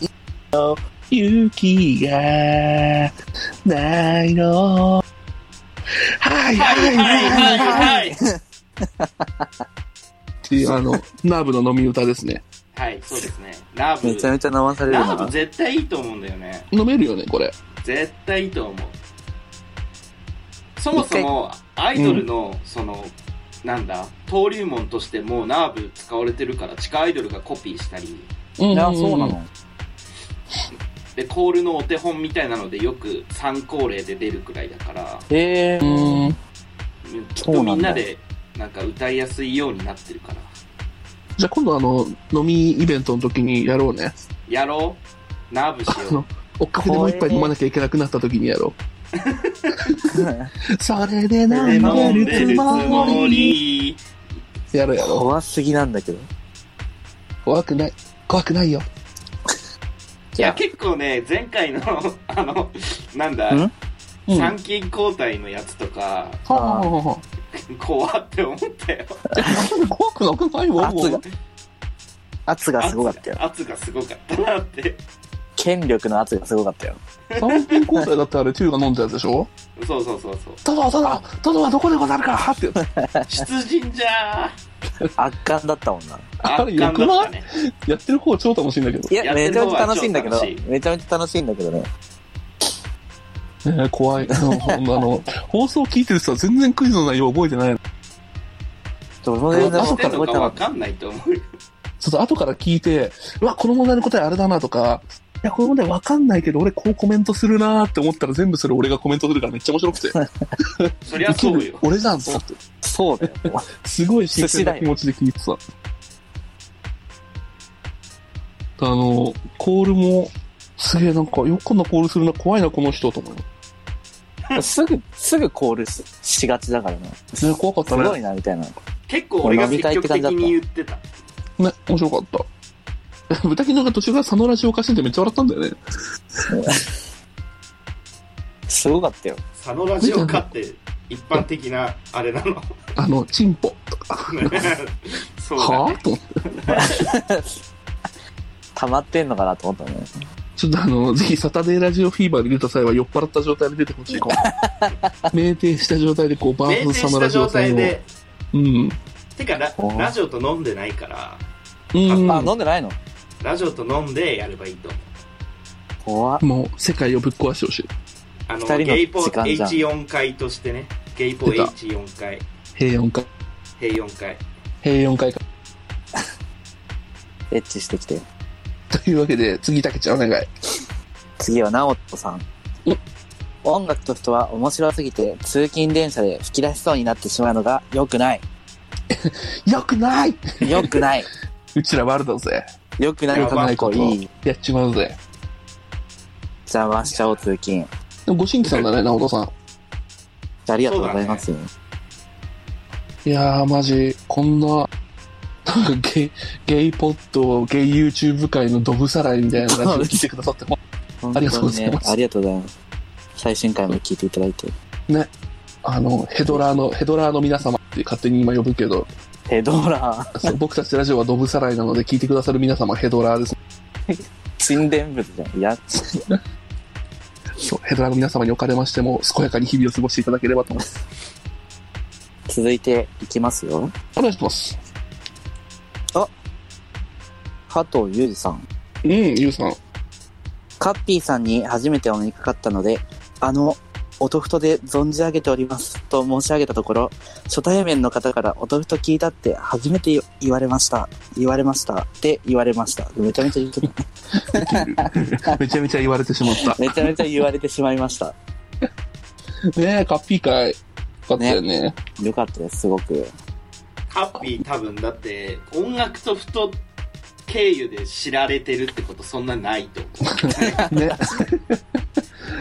Speaker 1: の勇気がないのはいはい
Speaker 3: は
Speaker 1: はいい
Speaker 3: はいはい。
Speaker 1: っていうあのナーブの飲み歌ですね
Speaker 3: はい、そうですね。ラブ。
Speaker 2: めちゃめちゃ飲まされる
Speaker 3: ラ
Speaker 2: な
Speaker 3: ブ。絶対いいと思うんだよね。
Speaker 1: 飲めるよねこれ
Speaker 3: 絶対いいと思う。そもそも、アイドルの、その、なんだ、登竜門としてもうナーブ使われてるから、地下アイドルがコピーしたり、
Speaker 1: うん
Speaker 2: あ、そうなの。
Speaker 3: で、コールのお手本みたいなので、よく参考例で出るくらいだから、
Speaker 2: へえ
Speaker 1: う。ん
Speaker 3: きっ
Speaker 2: そう
Speaker 3: と
Speaker 2: なんだ
Speaker 3: みんなで、なんか歌いやすいようになってるから。
Speaker 1: じゃあ今度あの飲みイベントの時にやろうね
Speaker 3: やろうナーブし
Speaker 1: あ
Speaker 3: よ
Speaker 1: の追っかけでもう一杯飲まなきゃいけなくなった時にやろうそれで飲
Speaker 3: う。で飲ん
Speaker 1: ん
Speaker 3: で
Speaker 1: でる
Speaker 3: るつ
Speaker 1: つも
Speaker 3: も
Speaker 1: り
Speaker 3: り。
Speaker 1: やろうやろう
Speaker 2: 怖すぎなんだけど。
Speaker 1: 怖くない怖くないよ
Speaker 3: いや、結構ね、前回の、 あの、なんだ、
Speaker 2: ん
Speaker 1: うん
Speaker 3: 参勤交代のやつとか、
Speaker 1: はあはあはあ
Speaker 3: 怖って思ったよ。
Speaker 1: 怖くなくないわ、も
Speaker 2: 圧
Speaker 1: う
Speaker 2: が。、圧がすごかったよ。
Speaker 3: 圧が圧がすごかったなって。
Speaker 2: 権力の圧がすごかったよ。
Speaker 1: 三品交代だってあれ、トゥーが飲んだやつでしょ
Speaker 3: そうそうそ うそう。
Speaker 1: 殿、殿、殿はどこでござるかはって。
Speaker 3: 出陣じゃー
Speaker 2: 圧巻だったもんな。
Speaker 1: あれ、
Speaker 3: 圧
Speaker 1: よ
Speaker 3: 巻
Speaker 1: く
Speaker 3: だっ
Speaker 1: な
Speaker 3: た
Speaker 1: い
Speaker 3: ね。
Speaker 1: やってる方超楽しいんだけど。
Speaker 2: いや、
Speaker 3: やって
Speaker 2: め
Speaker 3: る
Speaker 2: ちゃめちゃ楽しいんだけど
Speaker 3: 方は超楽し、
Speaker 2: めちゃめちゃ楽しいんだけどね。
Speaker 1: ねえ怖い。うんほんとあの、放送聞いてる人は全然クイズの内容覚えてないの。
Speaker 2: 俺も
Speaker 3: ど
Speaker 2: 全
Speaker 3: う
Speaker 2: 然
Speaker 3: し
Speaker 2: 覚
Speaker 3: てんの
Speaker 2: え
Speaker 3: か
Speaker 2: てな
Speaker 3: わ
Speaker 2: か
Speaker 3: かんないと思うよ。
Speaker 1: ちょっと後から聞いて、うわ、この問題の答えあれだなとか、いや、この問題わかんないけど、俺こうコメントするなーって思ったら全部それ俺がコメントするからめっちゃ面白くて。
Speaker 3: そりゃそ うよ。
Speaker 1: 俺じゃんと思って。
Speaker 2: った。そうだよ。
Speaker 1: すごい新鮮な気持ちで聞いてた。あの、コールも、すげえなんか、よくこんなコールするな、怖いな、この人と思う。ね、
Speaker 2: すぐ、すぐコールししがちだからな。す
Speaker 1: 怖かった
Speaker 2: ごい
Speaker 1: ね。
Speaker 2: な、みたいな。
Speaker 3: 結構俺が積極的に言ってた。
Speaker 1: ね、面白かった。 豚キノが途中から佐野ラジオおかしいんでめっちゃ笑ったんだよね。
Speaker 2: すごかったよ。
Speaker 3: 佐野ラジオかって一般的なあれなの。
Speaker 1: あの、チンポとか、
Speaker 3: そうだ
Speaker 1: は
Speaker 3: ね。
Speaker 1: ぁと思って。
Speaker 2: 溜まってんのかなと思ったね。
Speaker 1: ちょっとあの、ぜひサタデーラジオフィーバーに出た際は酔っ払った状態で出て ほしい。こう酩酊した状態で、こう、バー
Speaker 3: 酩
Speaker 1: フ
Speaker 3: 酊
Speaker 1: ンサ
Speaker 3: し
Speaker 1: ム
Speaker 3: た
Speaker 1: ラジオ
Speaker 3: 状
Speaker 1: さん
Speaker 3: 態
Speaker 1: を。
Speaker 3: で
Speaker 1: うん。
Speaker 3: てかラ
Speaker 2: お
Speaker 3: ラジオと飲んでないから
Speaker 1: うん。
Speaker 2: あ、飲んでないの
Speaker 3: ラジオと飲んでやればいいと思う
Speaker 2: 怖っ。
Speaker 1: もう、世界をぶっ壊してほしい。
Speaker 3: あの
Speaker 2: 二人の
Speaker 3: ゲイポ
Speaker 2: 時間じゃん
Speaker 3: H4 回としてねゲイポ
Speaker 1: 出た
Speaker 3: H4 回
Speaker 1: 平穏か。
Speaker 3: 平4回
Speaker 1: 平穏会か。
Speaker 2: エッチしてきて。
Speaker 1: というわけで、次、たけちゃんお願い。
Speaker 2: 次は直人さん
Speaker 1: うん。
Speaker 2: 音楽と人は面白すぎて通勤電車で吹き出しそうになってしまうのが良くない。
Speaker 1: よくない
Speaker 2: 良 くない。
Speaker 1: うちら悪だぜ。
Speaker 2: 良くないかっこいい。
Speaker 1: やっちまうぜ。
Speaker 2: 邪魔しちゃおう通勤。
Speaker 1: でもご新規さんだね、直人さん。
Speaker 2: ありがとうございます。
Speaker 1: いやー、マジ、こんな、 なんかゲイ、ゲイポッド、ゲイ YouTube 界のドブさらいみたいな感じで来てくださって、
Speaker 2: 本
Speaker 1: あ
Speaker 2: 当
Speaker 1: り
Speaker 2: に
Speaker 1: がとうござい
Speaker 2: ね
Speaker 1: ま、す
Speaker 2: ありがとうございます。最新回も聞いていただいて。
Speaker 1: あの、ヘドラーの、ヘドラーの皆様って勝手に今呼ぶけど、
Speaker 2: ヘドラ ー、
Speaker 1: そう僕たちラジオはドブさらいなので、聞いてくださる皆様、ヘドラーです。
Speaker 2: 沈殿物じゃん。いや、
Speaker 1: そうヘドラーの皆様におかれましても、健やかに日々を過ごしていただければと思います。
Speaker 2: 続いていきますよ。
Speaker 1: お願いします。
Speaker 2: 加藤裕二さん。
Speaker 1: うん、ゆうさん。
Speaker 2: カッピーさんに初めてお目にかかったので、あの、音太で存じ上げておりますと申し上げたところ、初対面の方から音太聞いたって初めて言われました。言われました。って言われました。めちゃめちゃ言ってた
Speaker 1: めちゃめちゃ言われてしまった。
Speaker 2: めちゃめちゃ言われてしまいました。
Speaker 1: ねえ、カッピー会。よかったよね。
Speaker 2: よかったです、すごく。
Speaker 3: ハッピー多分だって音楽ソフト経由で知られてるってことそんなないと思
Speaker 1: ね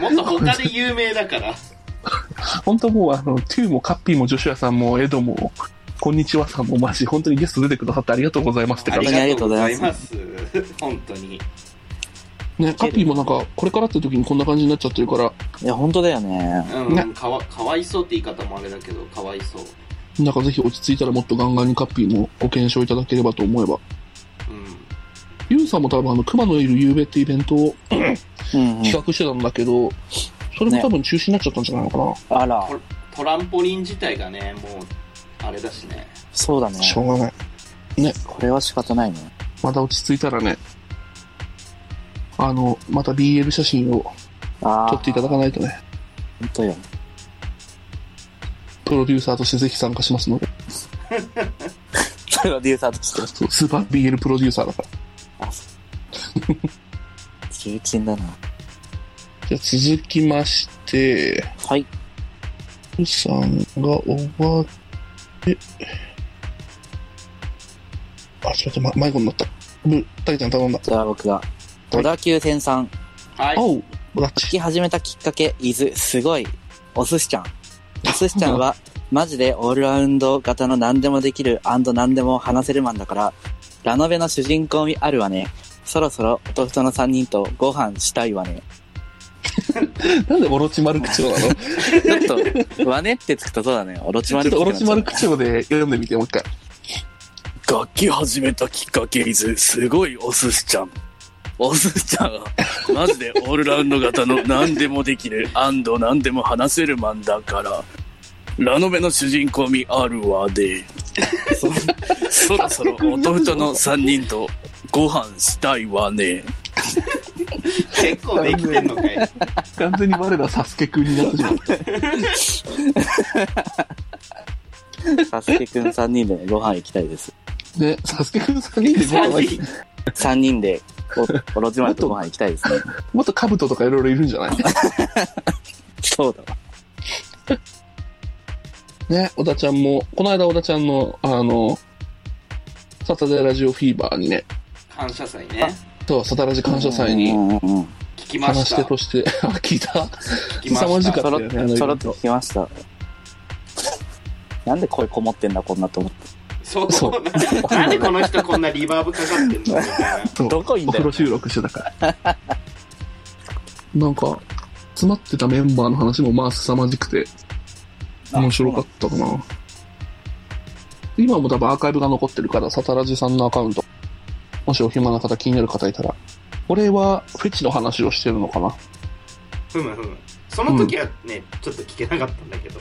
Speaker 3: うもっと他で有名だから
Speaker 1: 本当もう、あの、トゥーもカッピーもジョシュアさんもエドも、こんにちはさんもマジ、本当にゲスト出てくださってありがとうございますって
Speaker 3: あ
Speaker 1: 感
Speaker 3: り
Speaker 1: じ。
Speaker 2: 本当にあり がとうございます
Speaker 3: す。本当に。
Speaker 1: ね、カッピーもなんか、これからって時にこんな感じになっちゃってるから、
Speaker 2: いや、本当だよね。
Speaker 3: うん、
Speaker 1: ね
Speaker 3: かわ、かわいそうって言い方もあれだけど、かわいそう。
Speaker 1: なんかぜひ落ち着いたらもっとガンガンにカッピーもご検証いただければと思えば。
Speaker 3: うん。
Speaker 1: ユウさんも多分あの、熊のいる夕べってイベントを
Speaker 2: うん、うん。
Speaker 1: 企画してたんだけど、それも多分中止になっちゃったんじゃないのかな。
Speaker 2: あら、
Speaker 3: トランポリン自体がね、もう、あれだしね。
Speaker 2: そうだね。
Speaker 1: しょうがない。
Speaker 2: これは仕方ないね。
Speaker 1: また落ち着いたらね、あの、また BL 写真を
Speaker 2: ああ。
Speaker 1: 撮っていただかないとね、
Speaker 2: 本当 よ。
Speaker 1: プロデューサーとしてぜひ参加しますので、
Speaker 2: プロデューサーとして。
Speaker 1: そうスーパー BL プロデューサーだから。
Speaker 2: あ、そう。重鎮だな。
Speaker 1: じゃあ続きまして、
Speaker 2: はい。
Speaker 1: ふさんがおばけ、あ、ちょっと待って、ま迷子になった。ぶ、たけちゃん頼んだ。
Speaker 2: じゃあ僕が。小田急線さん。
Speaker 3: はい。
Speaker 1: おう、ラッ
Speaker 2: 聞
Speaker 1: チ。
Speaker 2: き始めたきっかけ、伊豆、すごい。お寿司ちゃん。お寿司ちゃ んは、マジでオールラウンド型の何でもできる何でも話せるマンだから、ラノベの主人公味あるわね。そろそろ、弟の3人とご飯したいわね。
Speaker 1: なんでオロチマル口調なの
Speaker 2: ちょっと、わねってつくとそうだね。オロチ
Speaker 1: ちょ
Speaker 2: マ
Speaker 1: っ
Speaker 2: ル
Speaker 1: とオロチマル口調で読んでみて、もう一回。
Speaker 4: 楽器始めたきっかけ伊豆すごいお寿司ちゃんお寿司ちゃんはマジでオールラウンド型の何でもできる何でも話せるマンだからラノベの主人公味あるわでそそろそろ弟の3人とご飯したいわね
Speaker 3: 結構できてんのか い。
Speaker 1: 完全に我らサスケくんになってしまっ
Speaker 2: サスケくん3人でね、ご飯行きたいです。
Speaker 1: た。 ね、サスケくん3人で ご飯は
Speaker 3: 3
Speaker 1: 行き
Speaker 3: 人。
Speaker 2: 3人で、 おオロチマルとご飯行きたいですね。
Speaker 1: もっとカブトとかいろいろいるんじゃ ない
Speaker 2: そうだわ。
Speaker 1: ね、小田ちゃんも、この間小田ちゃんの、あの、サタデーラジオフィーバーにね、
Speaker 3: 感謝祭ね。
Speaker 1: そう、サタラジ感謝祭に
Speaker 2: うんうんうん
Speaker 3: 聞きま
Speaker 1: 話
Speaker 3: し
Speaker 1: して
Speaker 3: た。
Speaker 1: として、 あ聞いた。
Speaker 3: 聞きま
Speaker 1: 凄まじ
Speaker 3: し
Speaker 1: か
Speaker 3: た。
Speaker 1: ったよ
Speaker 2: そろ
Speaker 1: ね
Speaker 2: っ
Speaker 1: あのイベン
Speaker 2: と、
Speaker 1: ト
Speaker 2: そろっと聞きました。なんで声こもってんだ、こんなと思って。
Speaker 3: そう。
Speaker 1: そ
Speaker 3: なんでこの人こんなリバーブかかってんのみたいな。
Speaker 1: そう
Speaker 2: どこいん
Speaker 1: お
Speaker 2: だ
Speaker 1: 風
Speaker 2: よ
Speaker 1: 呂。収録してたから。 なんか、詰まってたメンバーの話もまあ凄まじくて、
Speaker 2: あ
Speaker 1: 面白かったかな。今も多分アーカイブが残ってるから、サタラジさんのアカウント、もしお暇な方気になる方いたら、これはフェチの話をしてるのかな
Speaker 3: ふむふむ。その時はね、ちょっと聞けなかったんだけど、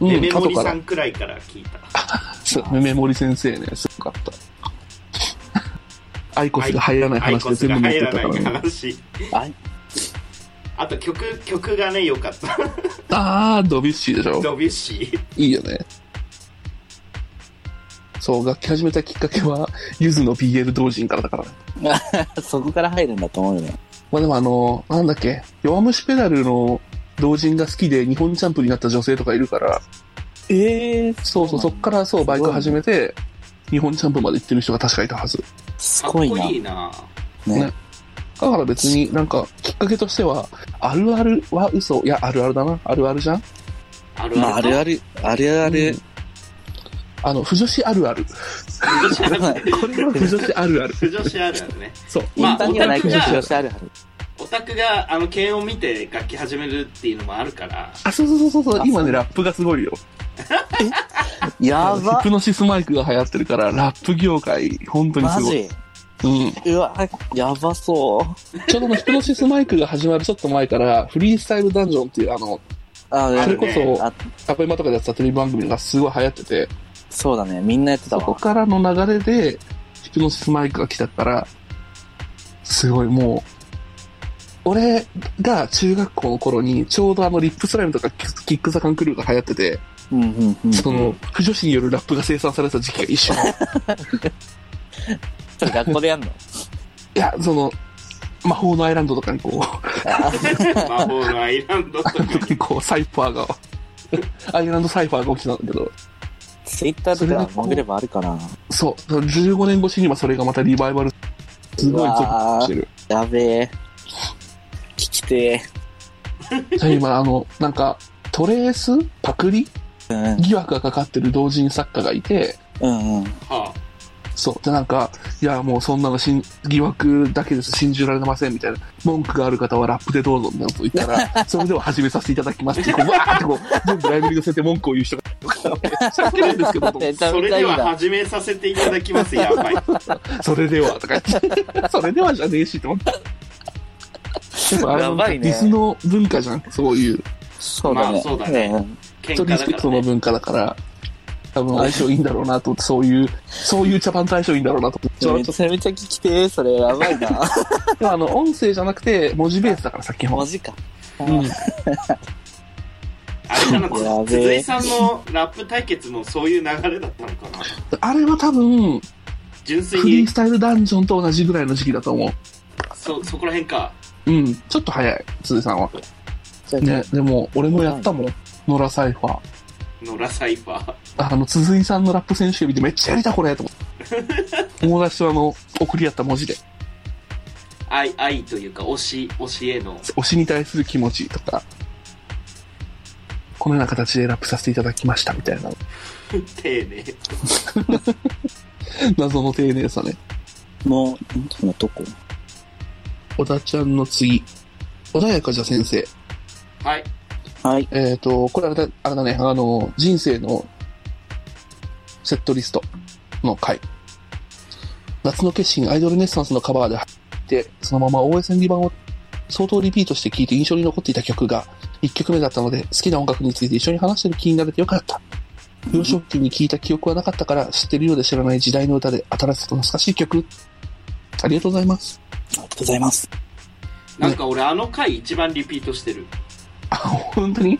Speaker 1: うん、
Speaker 3: メメモ
Speaker 1: 後
Speaker 3: リ
Speaker 1: か
Speaker 3: さ
Speaker 1: ら。
Speaker 3: んくらいから聞いた。
Speaker 1: そう、メメモリ先生ね、すごか った。アイコスが入らない
Speaker 3: アイ
Speaker 1: 話
Speaker 3: コ
Speaker 1: で
Speaker 3: ス
Speaker 1: 全
Speaker 3: が
Speaker 1: 部持っ
Speaker 3: 入
Speaker 1: て
Speaker 3: ら
Speaker 1: たか
Speaker 3: ない
Speaker 1: らね。
Speaker 3: 話。
Speaker 2: あ
Speaker 3: あと曲、曲がね、良かった。
Speaker 1: あー、ドビュッシーでしょ。
Speaker 3: ドビュッシー。
Speaker 1: いいよね。そう、楽器始めたきっかけは、ゆずの BL 同人からだから。
Speaker 2: そこから入るんだと思うよね。
Speaker 1: まあでもあの、なんだっけ、弱虫ペダルの同人が好きで日本チャンプになった女性とかいるから、
Speaker 2: ええー、
Speaker 1: そうそう、そっからそう、バイク始めて、日本チャンプまで行ってる人が確かいたはず。
Speaker 2: す
Speaker 3: かっ
Speaker 2: ご
Speaker 3: こ
Speaker 2: いな。
Speaker 3: いいな。
Speaker 1: ね
Speaker 2: ね。
Speaker 1: だから別になんか、きっかけとしては、あるあるは嘘。いや、あるあるだな。あるあるじゃん
Speaker 3: ある
Speaker 2: まあ、
Speaker 3: あ
Speaker 2: あ
Speaker 3: る
Speaker 2: るある、あるあ る。
Speaker 1: あの、不女子あるある。これは不女子あるある。
Speaker 3: 不女子あるあるね。
Speaker 1: そう。
Speaker 2: 一般にはないけど、
Speaker 3: まあ
Speaker 2: 女子あるある。
Speaker 3: オタクが、あの、検温見て楽器始めるっていうのもある から、
Speaker 1: あ、そうそうそうそう
Speaker 2: あ。
Speaker 1: 今ね、ラップがすごいよ。
Speaker 2: や
Speaker 1: ヒ
Speaker 2: ば
Speaker 1: プ。ノシスマイクが流行ってるから、ラップ業界、本当に
Speaker 2: マ
Speaker 1: すごい。
Speaker 2: ジ
Speaker 1: うん。
Speaker 2: うわ、やばそう。
Speaker 1: ちょうどのヒプノシスマイクが始まるちょっと前から、フリースタイルダンジョンっていう、あの、
Speaker 2: あ、
Speaker 1: それ
Speaker 3: る
Speaker 1: こ
Speaker 3: ね
Speaker 1: そ、
Speaker 2: あ
Speaker 1: アベマとかでやってたテレビ番組がすごい流行ってて、
Speaker 2: そうだね。みんなやってた
Speaker 1: そこ
Speaker 2: わ。
Speaker 1: からの流れで、ヒプノシスマイクが来たから、すごいもう、俺が中学校の頃に、ちょうどあの、リップスライムとかキック、キックザカンクルーが流行ってて、
Speaker 2: うんうんうん。
Speaker 1: その、不女子によるラップが生産されてた時期が一 緒。
Speaker 2: それ学校でやんの
Speaker 1: いや、その、魔法のアイランドとかにこう、
Speaker 3: 魔法のアイランドとか
Speaker 1: あの。時こう、サイファーが、アイランドサイファーが起きたんだけど、
Speaker 2: ツイッターとか潜ればあるかな。
Speaker 1: そう、その15年越しに今それがまたリバイバル、すごい続行してる。
Speaker 2: やべえ。聞きて
Speaker 1: じゃあ今、あの、なんか、トレースパクリ
Speaker 2: え。うん
Speaker 1: 疑惑がかかってる同人作家がいて、
Speaker 2: うんうん。
Speaker 3: は
Speaker 1: そう。で、なんか、いや、もうそんなの信疑惑だけです。信じられません。みたいな。文句がある方はラップでどうぞ。みたいなこと言ったら、それでは始めさせていただきますって、こう、わーってこう、全部ライブに寄せて文句を言う人が、喋ってるんですけど、と思って
Speaker 2: め
Speaker 3: あ、
Speaker 2: ちゃ
Speaker 3: そ
Speaker 2: め
Speaker 3: れ
Speaker 2: ちゃい
Speaker 3: で
Speaker 2: い
Speaker 3: は
Speaker 2: な。
Speaker 3: 始めさせていただきます。やばい。
Speaker 1: それではとか言って、それではじゃねえしと思って。やっぱあれ
Speaker 2: や
Speaker 1: も
Speaker 2: ばいね
Speaker 1: ディスの文化じゃん、そういう。
Speaker 2: そうだ
Speaker 3: まあ
Speaker 2: ね。
Speaker 3: そうだね
Speaker 2: うん
Speaker 3: 喧
Speaker 1: と
Speaker 3: 嘩
Speaker 1: リ
Speaker 3: だ
Speaker 1: スペク
Speaker 3: か
Speaker 1: ト
Speaker 3: ら、
Speaker 1: の
Speaker 3: ね。
Speaker 1: 文化だから、多分相性いいんだろうなと思って、そういう、そういう茶番と相性いいんだろうなと思って。ちょ
Speaker 2: め
Speaker 1: っと
Speaker 2: ちゃめちゃ聞きてえ。それやば いな。
Speaker 1: でもあの、音声じゃなくて、文字ベースだから、さっきも
Speaker 2: マ。ジか。
Speaker 1: うん。
Speaker 3: あれかな
Speaker 2: やべえ
Speaker 3: 鈴井さんのラップ対決もそういう流れだったのかな。
Speaker 1: あれは多分、
Speaker 3: 純粋
Speaker 1: フリー
Speaker 3: に
Speaker 1: ス、タイルダンジョンと同じぐらいの時期だと思
Speaker 3: そ、そこら辺か。
Speaker 1: う。うん。ちょっと早い、鈴井さんは。
Speaker 2: じゃあ
Speaker 1: ね、でも、俺もやったもん。ノラサイファー。
Speaker 3: 野良サイファー。
Speaker 1: あの、鈴井さんのラップ選手権見てめっちゃやりたこれと思って。友達とあの、送り合った文字で、
Speaker 3: 愛、愛というか、推し、推しへの。
Speaker 1: 推しに対する気持ちとか、このような形でラップさせていただきましたみたいな、
Speaker 3: 丁寧。
Speaker 1: 謎の丁寧さね。
Speaker 2: もう、今どこ
Speaker 1: 小田ちゃんの次。穏やかじゃ先生。
Speaker 3: はい。
Speaker 2: はい。
Speaker 1: えっ、と、これあれだ、あれだね、あの、人生のセットリストの回。夏の決心アイドルネッサンスのカバーで入って、そのまま OSND 版を相当リピートして聴いて印象に残っていた曲が1曲目だったので、好きな音楽について一緒に話してる気になれてよかった。幼少期に聴いた記憶はなかったから、知ってるようで知らない時代の歌で新しくて懐かしい曲。ありがとうございます。
Speaker 2: ありがとうございます。
Speaker 3: なんか俺、あの回一番リピートしてる。
Speaker 1: あ、本当に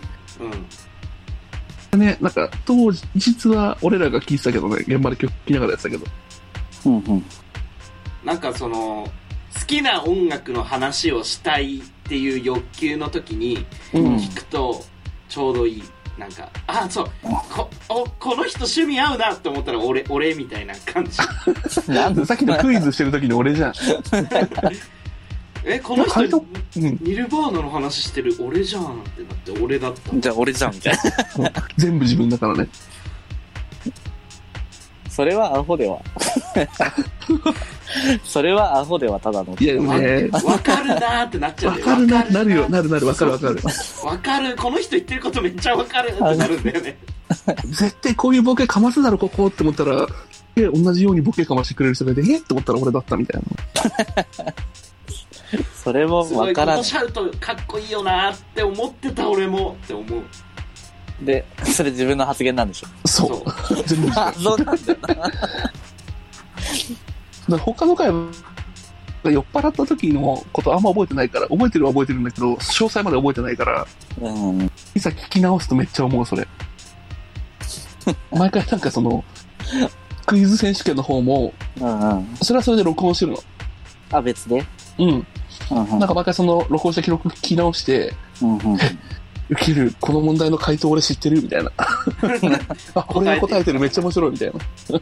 Speaker 3: うん。
Speaker 1: ね、なんか、当時、実は俺らが聴いてたけどね、現場で曲聴きながらやってたけど。
Speaker 2: うんうん。
Speaker 3: なんかその、好きな音楽の話をしたいっていう欲求の時に、
Speaker 2: うん
Speaker 3: 聞くと、ちょうどいい。なんか、あ、そう、こ、お、この人趣味合うなって思ったら俺、俺みたいな感じ。
Speaker 2: なん
Speaker 1: さっきのクイズしてる時に俺じゃん。
Speaker 3: え、この人
Speaker 1: 回答、うん。
Speaker 3: ニルバーナの話してる俺じゃんってなって、俺だった。
Speaker 2: じゃあ俺じゃん、みたいな。
Speaker 1: 全部自分だからね。
Speaker 2: それはアホで は。それはアホではただの。
Speaker 1: いや、でもね。
Speaker 3: わかるなーってなっち ゃ
Speaker 1: わ
Speaker 3: うんだよ
Speaker 1: かるな、なるよ、なるなる、わかるわかる。
Speaker 3: わかる、この人言ってることめっちゃわかるってなるんだよね。
Speaker 1: 絶対こういうボケかますだろ、ここって思ったら、で、同じようにボケかましてくれる人がいて、えって思ったら俺だったみたいな。
Speaker 2: それも
Speaker 3: すご
Speaker 2: わ
Speaker 3: い、こ
Speaker 2: から
Speaker 3: の
Speaker 2: な
Speaker 3: シャウトかっこいいよなって思ってた俺もって思う。
Speaker 2: い。で、それ自分の発言なんでしょ。
Speaker 1: そう。全部違う。だか
Speaker 2: あ、そうなんだよな。
Speaker 1: ら他の回は、酔っ払った時のことあんま覚えてないから、覚えてるは覚えてるんだけど、詳細まで覚えてないから、
Speaker 2: うん。
Speaker 1: いざ聞き直すとめっちゃ思う、そ れ。毎回なんかその、クイズ選手権の方も、
Speaker 2: うんうん。
Speaker 1: それはそれで録音してるの。
Speaker 2: あ、別で
Speaker 1: うん。
Speaker 2: うんうん
Speaker 1: なんか毎回その、録音した記録聞き直して、
Speaker 2: うんうん。
Speaker 1: ウケる、この問題の回答俺知ってるみた いな。あ、これが答えてる、めっちゃ面白いみたいな。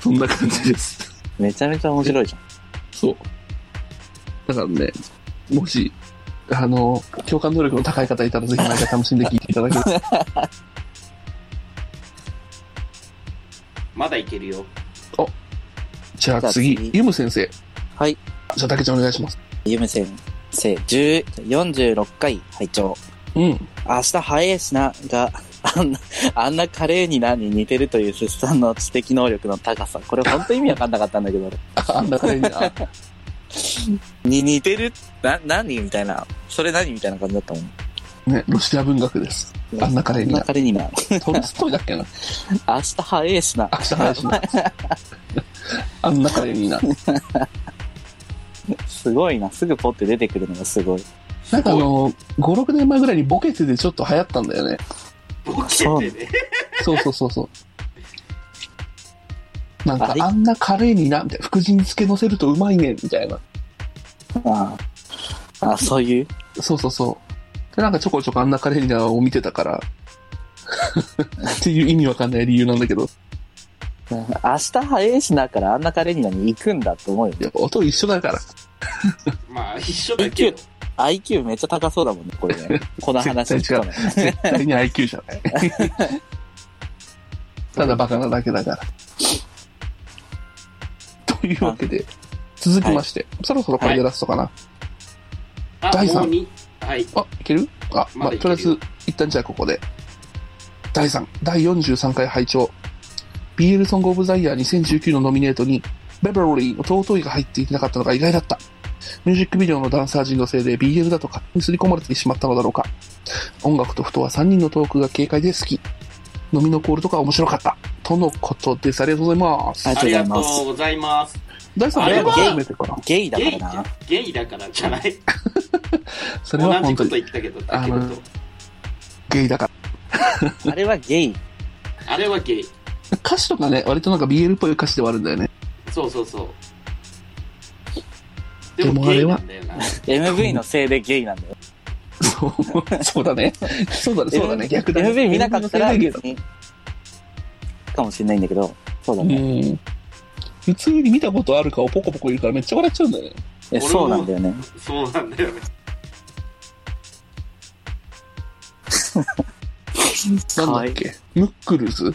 Speaker 1: そんな感じです。
Speaker 2: めちゃめちゃ面白いじ
Speaker 1: そう。だからね、もし、あの、共感能力の高い方いたらぜひ毎回楽しんで聞いていただけ る。
Speaker 3: まだいけるよ。
Speaker 1: じゃあ
Speaker 2: じゃあ
Speaker 1: 次、
Speaker 2: 次
Speaker 1: ゆむ先生。
Speaker 2: はい。
Speaker 1: じゃあ、竹ちゃんお願いします。
Speaker 2: ゃん。ゆめ先生、10 46回拝聴。
Speaker 1: うん。
Speaker 2: 明日早えしなが、あんな、あんな華麗になに似てるという出産の知的能力の高さ。これ本当意味わかんなかったんだけど、俺
Speaker 1: ああんな感じな。
Speaker 2: に似てるな、何みたいな。それ何みたいな感じだったもん。
Speaker 1: ね、ロシア文学です。あんな華麗にな
Speaker 2: あんな華麗にな。
Speaker 1: トルストイだっけな。
Speaker 2: 明日早えしな
Speaker 1: 明。日話な。 あんな華麗にな。
Speaker 2: すごいな。すぐポって出てくるのがすごい。
Speaker 1: なんかあの、5、6年前ぐらいにボケててちょっと流行ったんだよね。
Speaker 3: ボケてね。
Speaker 1: そうそうそうそう。なんか
Speaker 2: あ、れ
Speaker 1: あんなカレーにな、みたいな。福神漬け乗せるとうまいね、みたいな。
Speaker 2: ああ、あそういう。
Speaker 1: そうそうそう。で、なんかちょこちょこあんなカレーになを見てたから。 っていう意味わかんない理由なんだけど、
Speaker 2: 明日早えしなからあんな華麗になに行くんだって思うよ。
Speaker 1: やっぱ音一緒だから。
Speaker 3: まあ、一緒だけど。
Speaker 2: IQ めっちゃ高そうだもんね、これね。この話聞くとね。
Speaker 1: 絶対に IQ じゃない。ただバカなだけだから。というわけで、続きまして、そろそろこれでラストかな。
Speaker 3: あ、
Speaker 1: 第三
Speaker 3: もうにはい。
Speaker 1: あ、いけるあ、ま
Speaker 3: ま
Speaker 1: あ、
Speaker 3: だいけるよ
Speaker 1: とりあえず、一旦じゃあここで。第3、第43回拝聴 BL ソングオブザイヤー2019のノミネートに、ベベロリーの尊いが入っていなかったのが意外だった。ミュージックビデオのダンサー陣のせいで BL だと勝手に刷り込まれてしまったのだろうか。音楽とふとは3人のトークが軽快で好き。飲みのコールとか面白かった。とのことです。ありがとうございます
Speaker 2: あ。
Speaker 3: あり
Speaker 2: り
Speaker 3: が
Speaker 2: がとう
Speaker 3: と
Speaker 2: ございます
Speaker 3: うございます。
Speaker 1: 第3
Speaker 3: あれ
Speaker 1: 回
Speaker 3: は
Speaker 1: 初めてかな。
Speaker 2: ゲイだ
Speaker 3: ゲ
Speaker 2: か
Speaker 3: イ
Speaker 2: らな。
Speaker 3: ゲイだからじゃない。
Speaker 1: それ
Speaker 3: 同
Speaker 1: は
Speaker 3: じ
Speaker 1: 本
Speaker 3: こ
Speaker 1: 当
Speaker 3: と
Speaker 1: に
Speaker 3: 言ったけど、
Speaker 1: あ
Speaker 3: だけ
Speaker 1: の
Speaker 3: ど。
Speaker 1: ゲイだから。
Speaker 2: あれはゲイ。
Speaker 3: あれはゲイ。
Speaker 1: 歌詞とかね、割となんか BL っぽい歌詞ではあるんだよね。
Speaker 3: そうそうそう。
Speaker 1: で
Speaker 3: で
Speaker 1: もあ
Speaker 3: もゲ
Speaker 1: れ
Speaker 3: イ
Speaker 1: は
Speaker 3: なんだよな。
Speaker 2: MV のせいでゲイなんだよ。
Speaker 1: そう、そうだね。そうだね、そうだね、逆だね。
Speaker 2: MV 見なかったら
Speaker 1: うん
Speaker 2: 別に。かもしれないんだけど。そうだね。
Speaker 1: 普通に見たことある顔ポコポコいるからめっちゃ笑っちゃうんだよね。
Speaker 2: えそうなんだよね。
Speaker 3: そうなんだよね。
Speaker 1: なんだ
Speaker 2: い
Speaker 1: っけムックルズ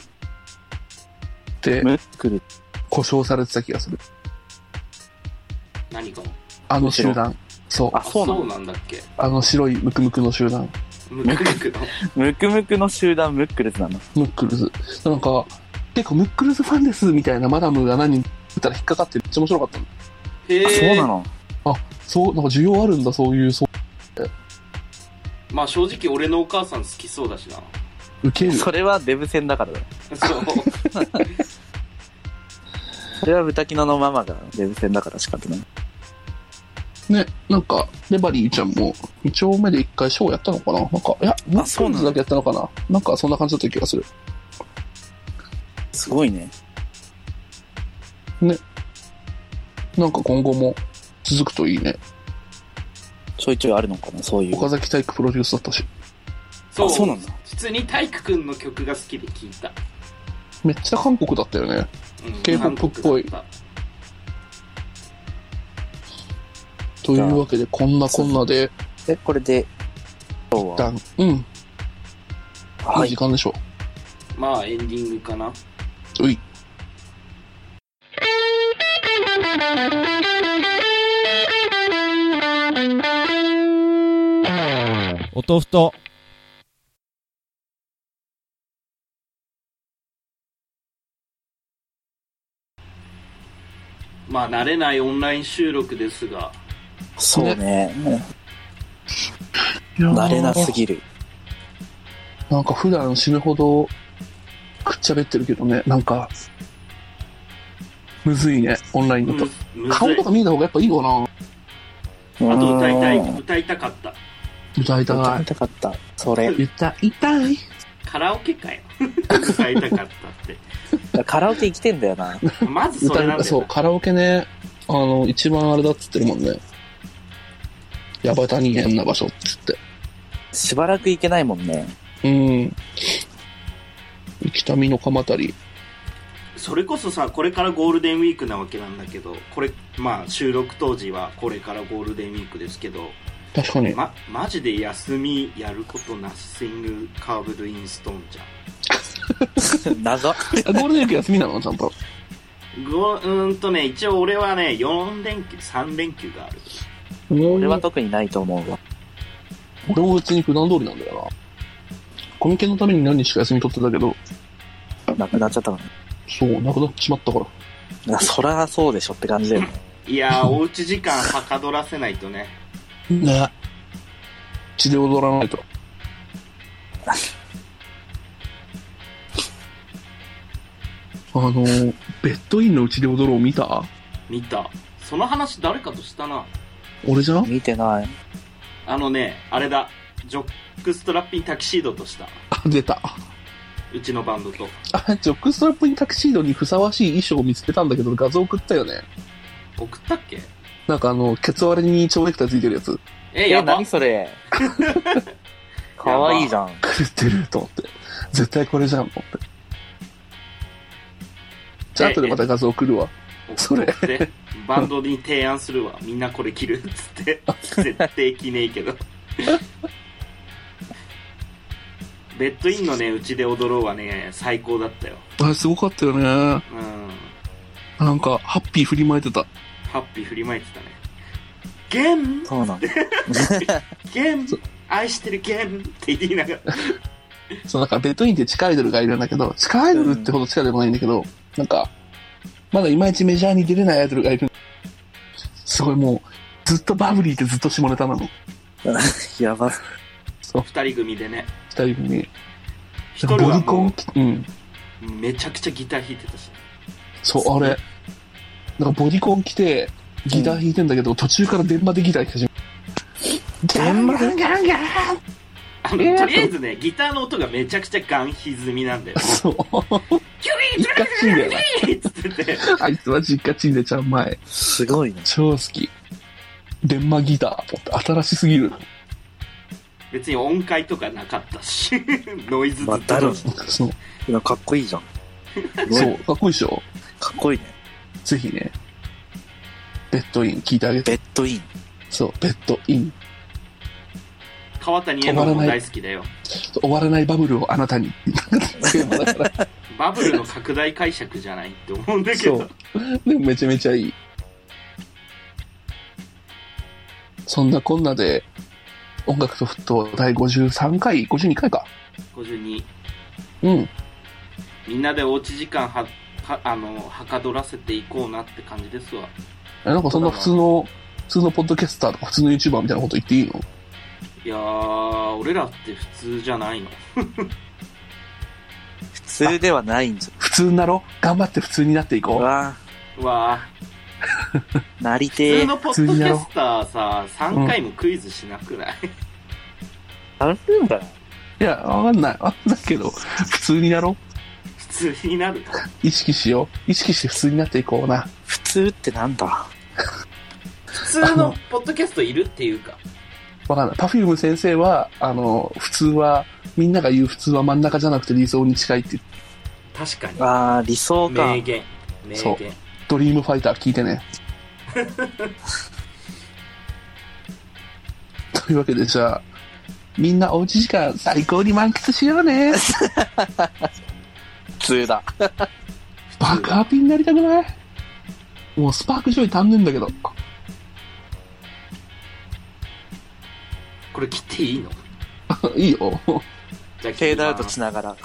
Speaker 1: って
Speaker 2: ムックル。
Speaker 1: 故障されてた気がする。
Speaker 3: 何か。
Speaker 1: あの集団。そう。
Speaker 2: あ、
Speaker 3: あ
Speaker 2: そうなん
Speaker 3: そ
Speaker 2: だ
Speaker 3: う。なんだっけ。
Speaker 1: あの白いムクムクの集団。
Speaker 3: ムクムクの。
Speaker 2: ムクムクの集団ムックルズなの。
Speaker 1: ムックルズ。なんか、結構ムックルズファンですみたいなマダムが何人いたら引っかかってめっちゃ面白かったの。
Speaker 3: へえ。
Speaker 2: あそうなの
Speaker 1: そう、なんか需要あるんだ、そういう、そ
Speaker 3: まあ正直俺のお母さん好きそうだしな。
Speaker 1: う、受ける。
Speaker 2: それはデブ戦だからだよ。
Speaker 3: そう。
Speaker 2: それは豚キノのママがデブ戦だから仕方ない。
Speaker 1: ね、なんか、レバリーちゃんも、2丁目で1回ショーやったのかななんか、いや、ムック
Speaker 4: そう
Speaker 1: ル
Speaker 4: な
Speaker 1: ズ
Speaker 4: の
Speaker 1: だけやったのかななんか、そんな感じだった気がする。
Speaker 2: すごいね。
Speaker 1: なんか今後も続くといいね。
Speaker 2: ちょいちょいあるのかなそういう。
Speaker 1: 岡崎体育プロデュースだったし。
Speaker 3: そう
Speaker 2: あそうなんだ。
Speaker 3: 普通に体育くんの曲が好きで聴いた。
Speaker 1: めっちゃ韓国だったよね。
Speaker 3: うん、
Speaker 1: K-POP っぽい
Speaker 3: 韓国だっ
Speaker 1: というわけで、こんなこんなで、
Speaker 2: え、これで、今
Speaker 1: 一
Speaker 2: 日は。
Speaker 1: 旦、うん、
Speaker 2: はい
Speaker 1: い時間でしょ
Speaker 3: た。まあエンディングかな。
Speaker 1: う。うい。
Speaker 5: おとふと。
Speaker 3: まあ慣れないオンライン収録ですが
Speaker 2: そうね。
Speaker 1: いやー
Speaker 2: 慣れなすぎる。
Speaker 1: なんか普段死ぬほどくっちゃべってるけどね、なんか、むずいね、オンラインだと。
Speaker 3: むむ
Speaker 1: 顔
Speaker 3: ずい
Speaker 1: とか見えた方がやっぱいいかな
Speaker 3: あと歌いた
Speaker 2: うん
Speaker 3: い歌いたかった
Speaker 1: 歌い
Speaker 2: 歌
Speaker 1: た
Speaker 2: い
Speaker 1: い。
Speaker 2: たかった。それ。
Speaker 1: 歌いたい。
Speaker 3: カラオケかよ歌いたかったっ
Speaker 2: カラオケ生きてんだよな。
Speaker 3: てまずそれなん
Speaker 1: 歌
Speaker 3: だ
Speaker 1: いそ
Speaker 3: よ
Speaker 1: う、カラオケね、あの、一番あれだっつってるもんね。ヤバタに変な場所っつって。
Speaker 2: しばらく行けないもん ね。
Speaker 1: うん。北見の鎌足り。
Speaker 3: なそれこそさこれからゴールデンウィークなわけなんだけどこれまあ収録当時はこれからゴールデンウィークですけど
Speaker 1: 確かに。
Speaker 3: まマジで休みやることナッシングカーブドインストーンじゃ
Speaker 2: 謎。
Speaker 1: あゴールデンウィーク休みなのちゃんと。
Speaker 3: んごうーんとね一応俺はね4連休3連休がある
Speaker 1: 俺
Speaker 2: 俺は特にないと思うわ。
Speaker 1: 俺も別に普段通りなんだよな。コミケのために何日か休み取ってたけど、
Speaker 2: なくなっちゃったの
Speaker 1: そう、なくなってしまったから。
Speaker 2: に。そらそうでしょって感じだよね。
Speaker 3: い やーおうち時間はかどらせないとね
Speaker 1: ね血で踊らない と。あのー、ベッドインのうちで踊ろう見た
Speaker 3: 見たその話誰かとしたな
Speaker 1: 俺じゃん
Speaker 2: 見てない。
Speaker 3: あのねあれだジョックストラップにタキシードとした
Speaker 1: あ、出た。
Speaker 3: うちのバンドと
Speaker 1: あ、ジョックストラップにタキシードにふさわしい衣装を見つけたんだけど、画像送ったよね。
Speaker 3: 送ったっけ
Speaker 1: なんかあの、ケツ割れに蝶ネクタイついてるや つ。
Speaker 3: え
Speaker 2: え、
Speaker 3: やば
Speaker 2: 何そ れ。かわいいじゃん。
Speaker 1: 狂ってると思って。絶対これじゃん、と思って。じゃあ、
Speaker 3: え
Speaker 1: 後でまた画像送るわ。それ
Speaker 3: 送ってバンドに提案するわみんなこれ着るっつ って絶対着ねえけどベッドインのねうちで踊ろうはね最高だったよ
Speaker 1: あ、すごかったよね。
Speaker 3: うん
Speaker 1: なんか、ハッピー振りまいてた。
Speaker 3: ハッピー振りまいてたねゲン
Speaker 2: そうなんだ。
Speaker 3: ゲン愛してるゲンって言いながら
Speaker 1: そう、なんか、ベッドインって地下アイドルがいるんだけど、地下アイドルってほど地下でもないんだけど、なんか、まだいまいちメジャーに出れないアイドルがいる。すごいもう、ずっとバブリーってずっと下ネタなの。
Speaker 2: やば。
Speaker 1: そう、
Speaker 3: 二人組でね
Speaker 1: 二人組。
Speaker 3: 一人
Speaker 1: ボ
Speaker 3: は
Speaker 1: リコ
Speaker 3: も
Speaker 1: ン、うん。
Speaker 3: うめちゃくちゃギター弾いてたし
Speaker 1: そう、あれ。なんかボディコン来て、ギター弾いてんだけど、途中から電話でギター弾き始め電話でガンガン
Speaker 3: あのとりあえずねギターの音がめちゃくちゃガン歪みなんだ よ
Speaker 1: そう。一家チンだよな。
Speaker 3: っつってて
Speaker 1: あいつは実家チンでちゃん前。
Speaker 2: すごいね。
Speaker 1: 超好き。電話ギターと思って新しすぎる。
Speaker 3: 別に音階とかなかったし ノイズず
Speaker 2: まあ
Speaker 3: っ、と
Speaker 2: だろ
Speaker 3: 出
Speaker 2: う
Speaker 3: して
Speaker 1: そう。
Speaker 2: ね。かっこいいじゃん。
Speaker 1: そ
Speaker 2: そう。
Speaker 1: う、かっこいいでしょ
Speaker 2: かっこいいね。
Speaker 1: ぜひね、ベッドイン聞いてあげて。
Speaker 2: ベッドイン。
Speaker 1: そう、ベッドイン。
Speaker 3: 川谷絵音も大好きだよ
Speaker 1: 終わらないバブルをあなたに。テーマだから
Speaker 3: バブルの拡大解釈じゃないって思うんだけ
Speaker 1: そ
Speaker 3: ど
Speaker 1: うでもめちゃめちゃいい。そんなこんなで、音楽とフット第53回、52回か。
Speaker 3: 52
Speaker 1: うん。
Speaker 3: みんなでおうち時間ははあのはかどらせていこうなって感じですわ
Speaker 1: えなんかそんな普通の、普通のポッドキャスターとか普通の YouTuber みたいなこと言っていいの
Speaker 3: いやー俺らって普通じゃないの
Speaker 2: 普通ではないんじ
Speaker 1: 普通になろう頑張って普通になってい
Speaker 2: ゃん。う
Speaker 1: こ
Speaker 2: わ
Speaker 3: うわ
Speaker 2: ぁ。なり
Speaker 3: ー普
Speaker 2: て
Speaker 3: 通
Speaker 2: ー。
Speaker 3: のポッドキャスターさ3回もクイズしなくない、
Speaker 2: あるんだ。
Speaker 1: う。いや、わかんない。わかんないけど、普通になろう
Speaker 3: 普通になるの
Speaker 1: 意識しよう。意識して普通になっていこうな。
Speaker 2: 普通ってなんだ
Speaker 3: 普通のポッドキャストいるっていうか
Speaker 1: わかんない。パフューム先生は、あの、普通は、みんなが言う普通は真ん中じゃなくて理想に近いって、
Speaker 3: 確かに
Speaker 2: あー、理想か
Speaker 3: 名。言名
Speaker 1: そう
Speaker 3: 言
Speaker 1: ドリームファイター聞いてね。というわけで、じゃあ、みんなおうち時間最高に満喫しようね。
Speaker 2: 普通だ。
Speaker 1: 爆破ピンになりたくないもうスパークジョイ足んねえんだけど。
Speaker 3: これ切っていいの
Speaker 1: いいよ。
Speaker 3: じゃあ切
Speaker 2: フェ
Speaker 3: ります
Speaker 2: ードアウトしながら。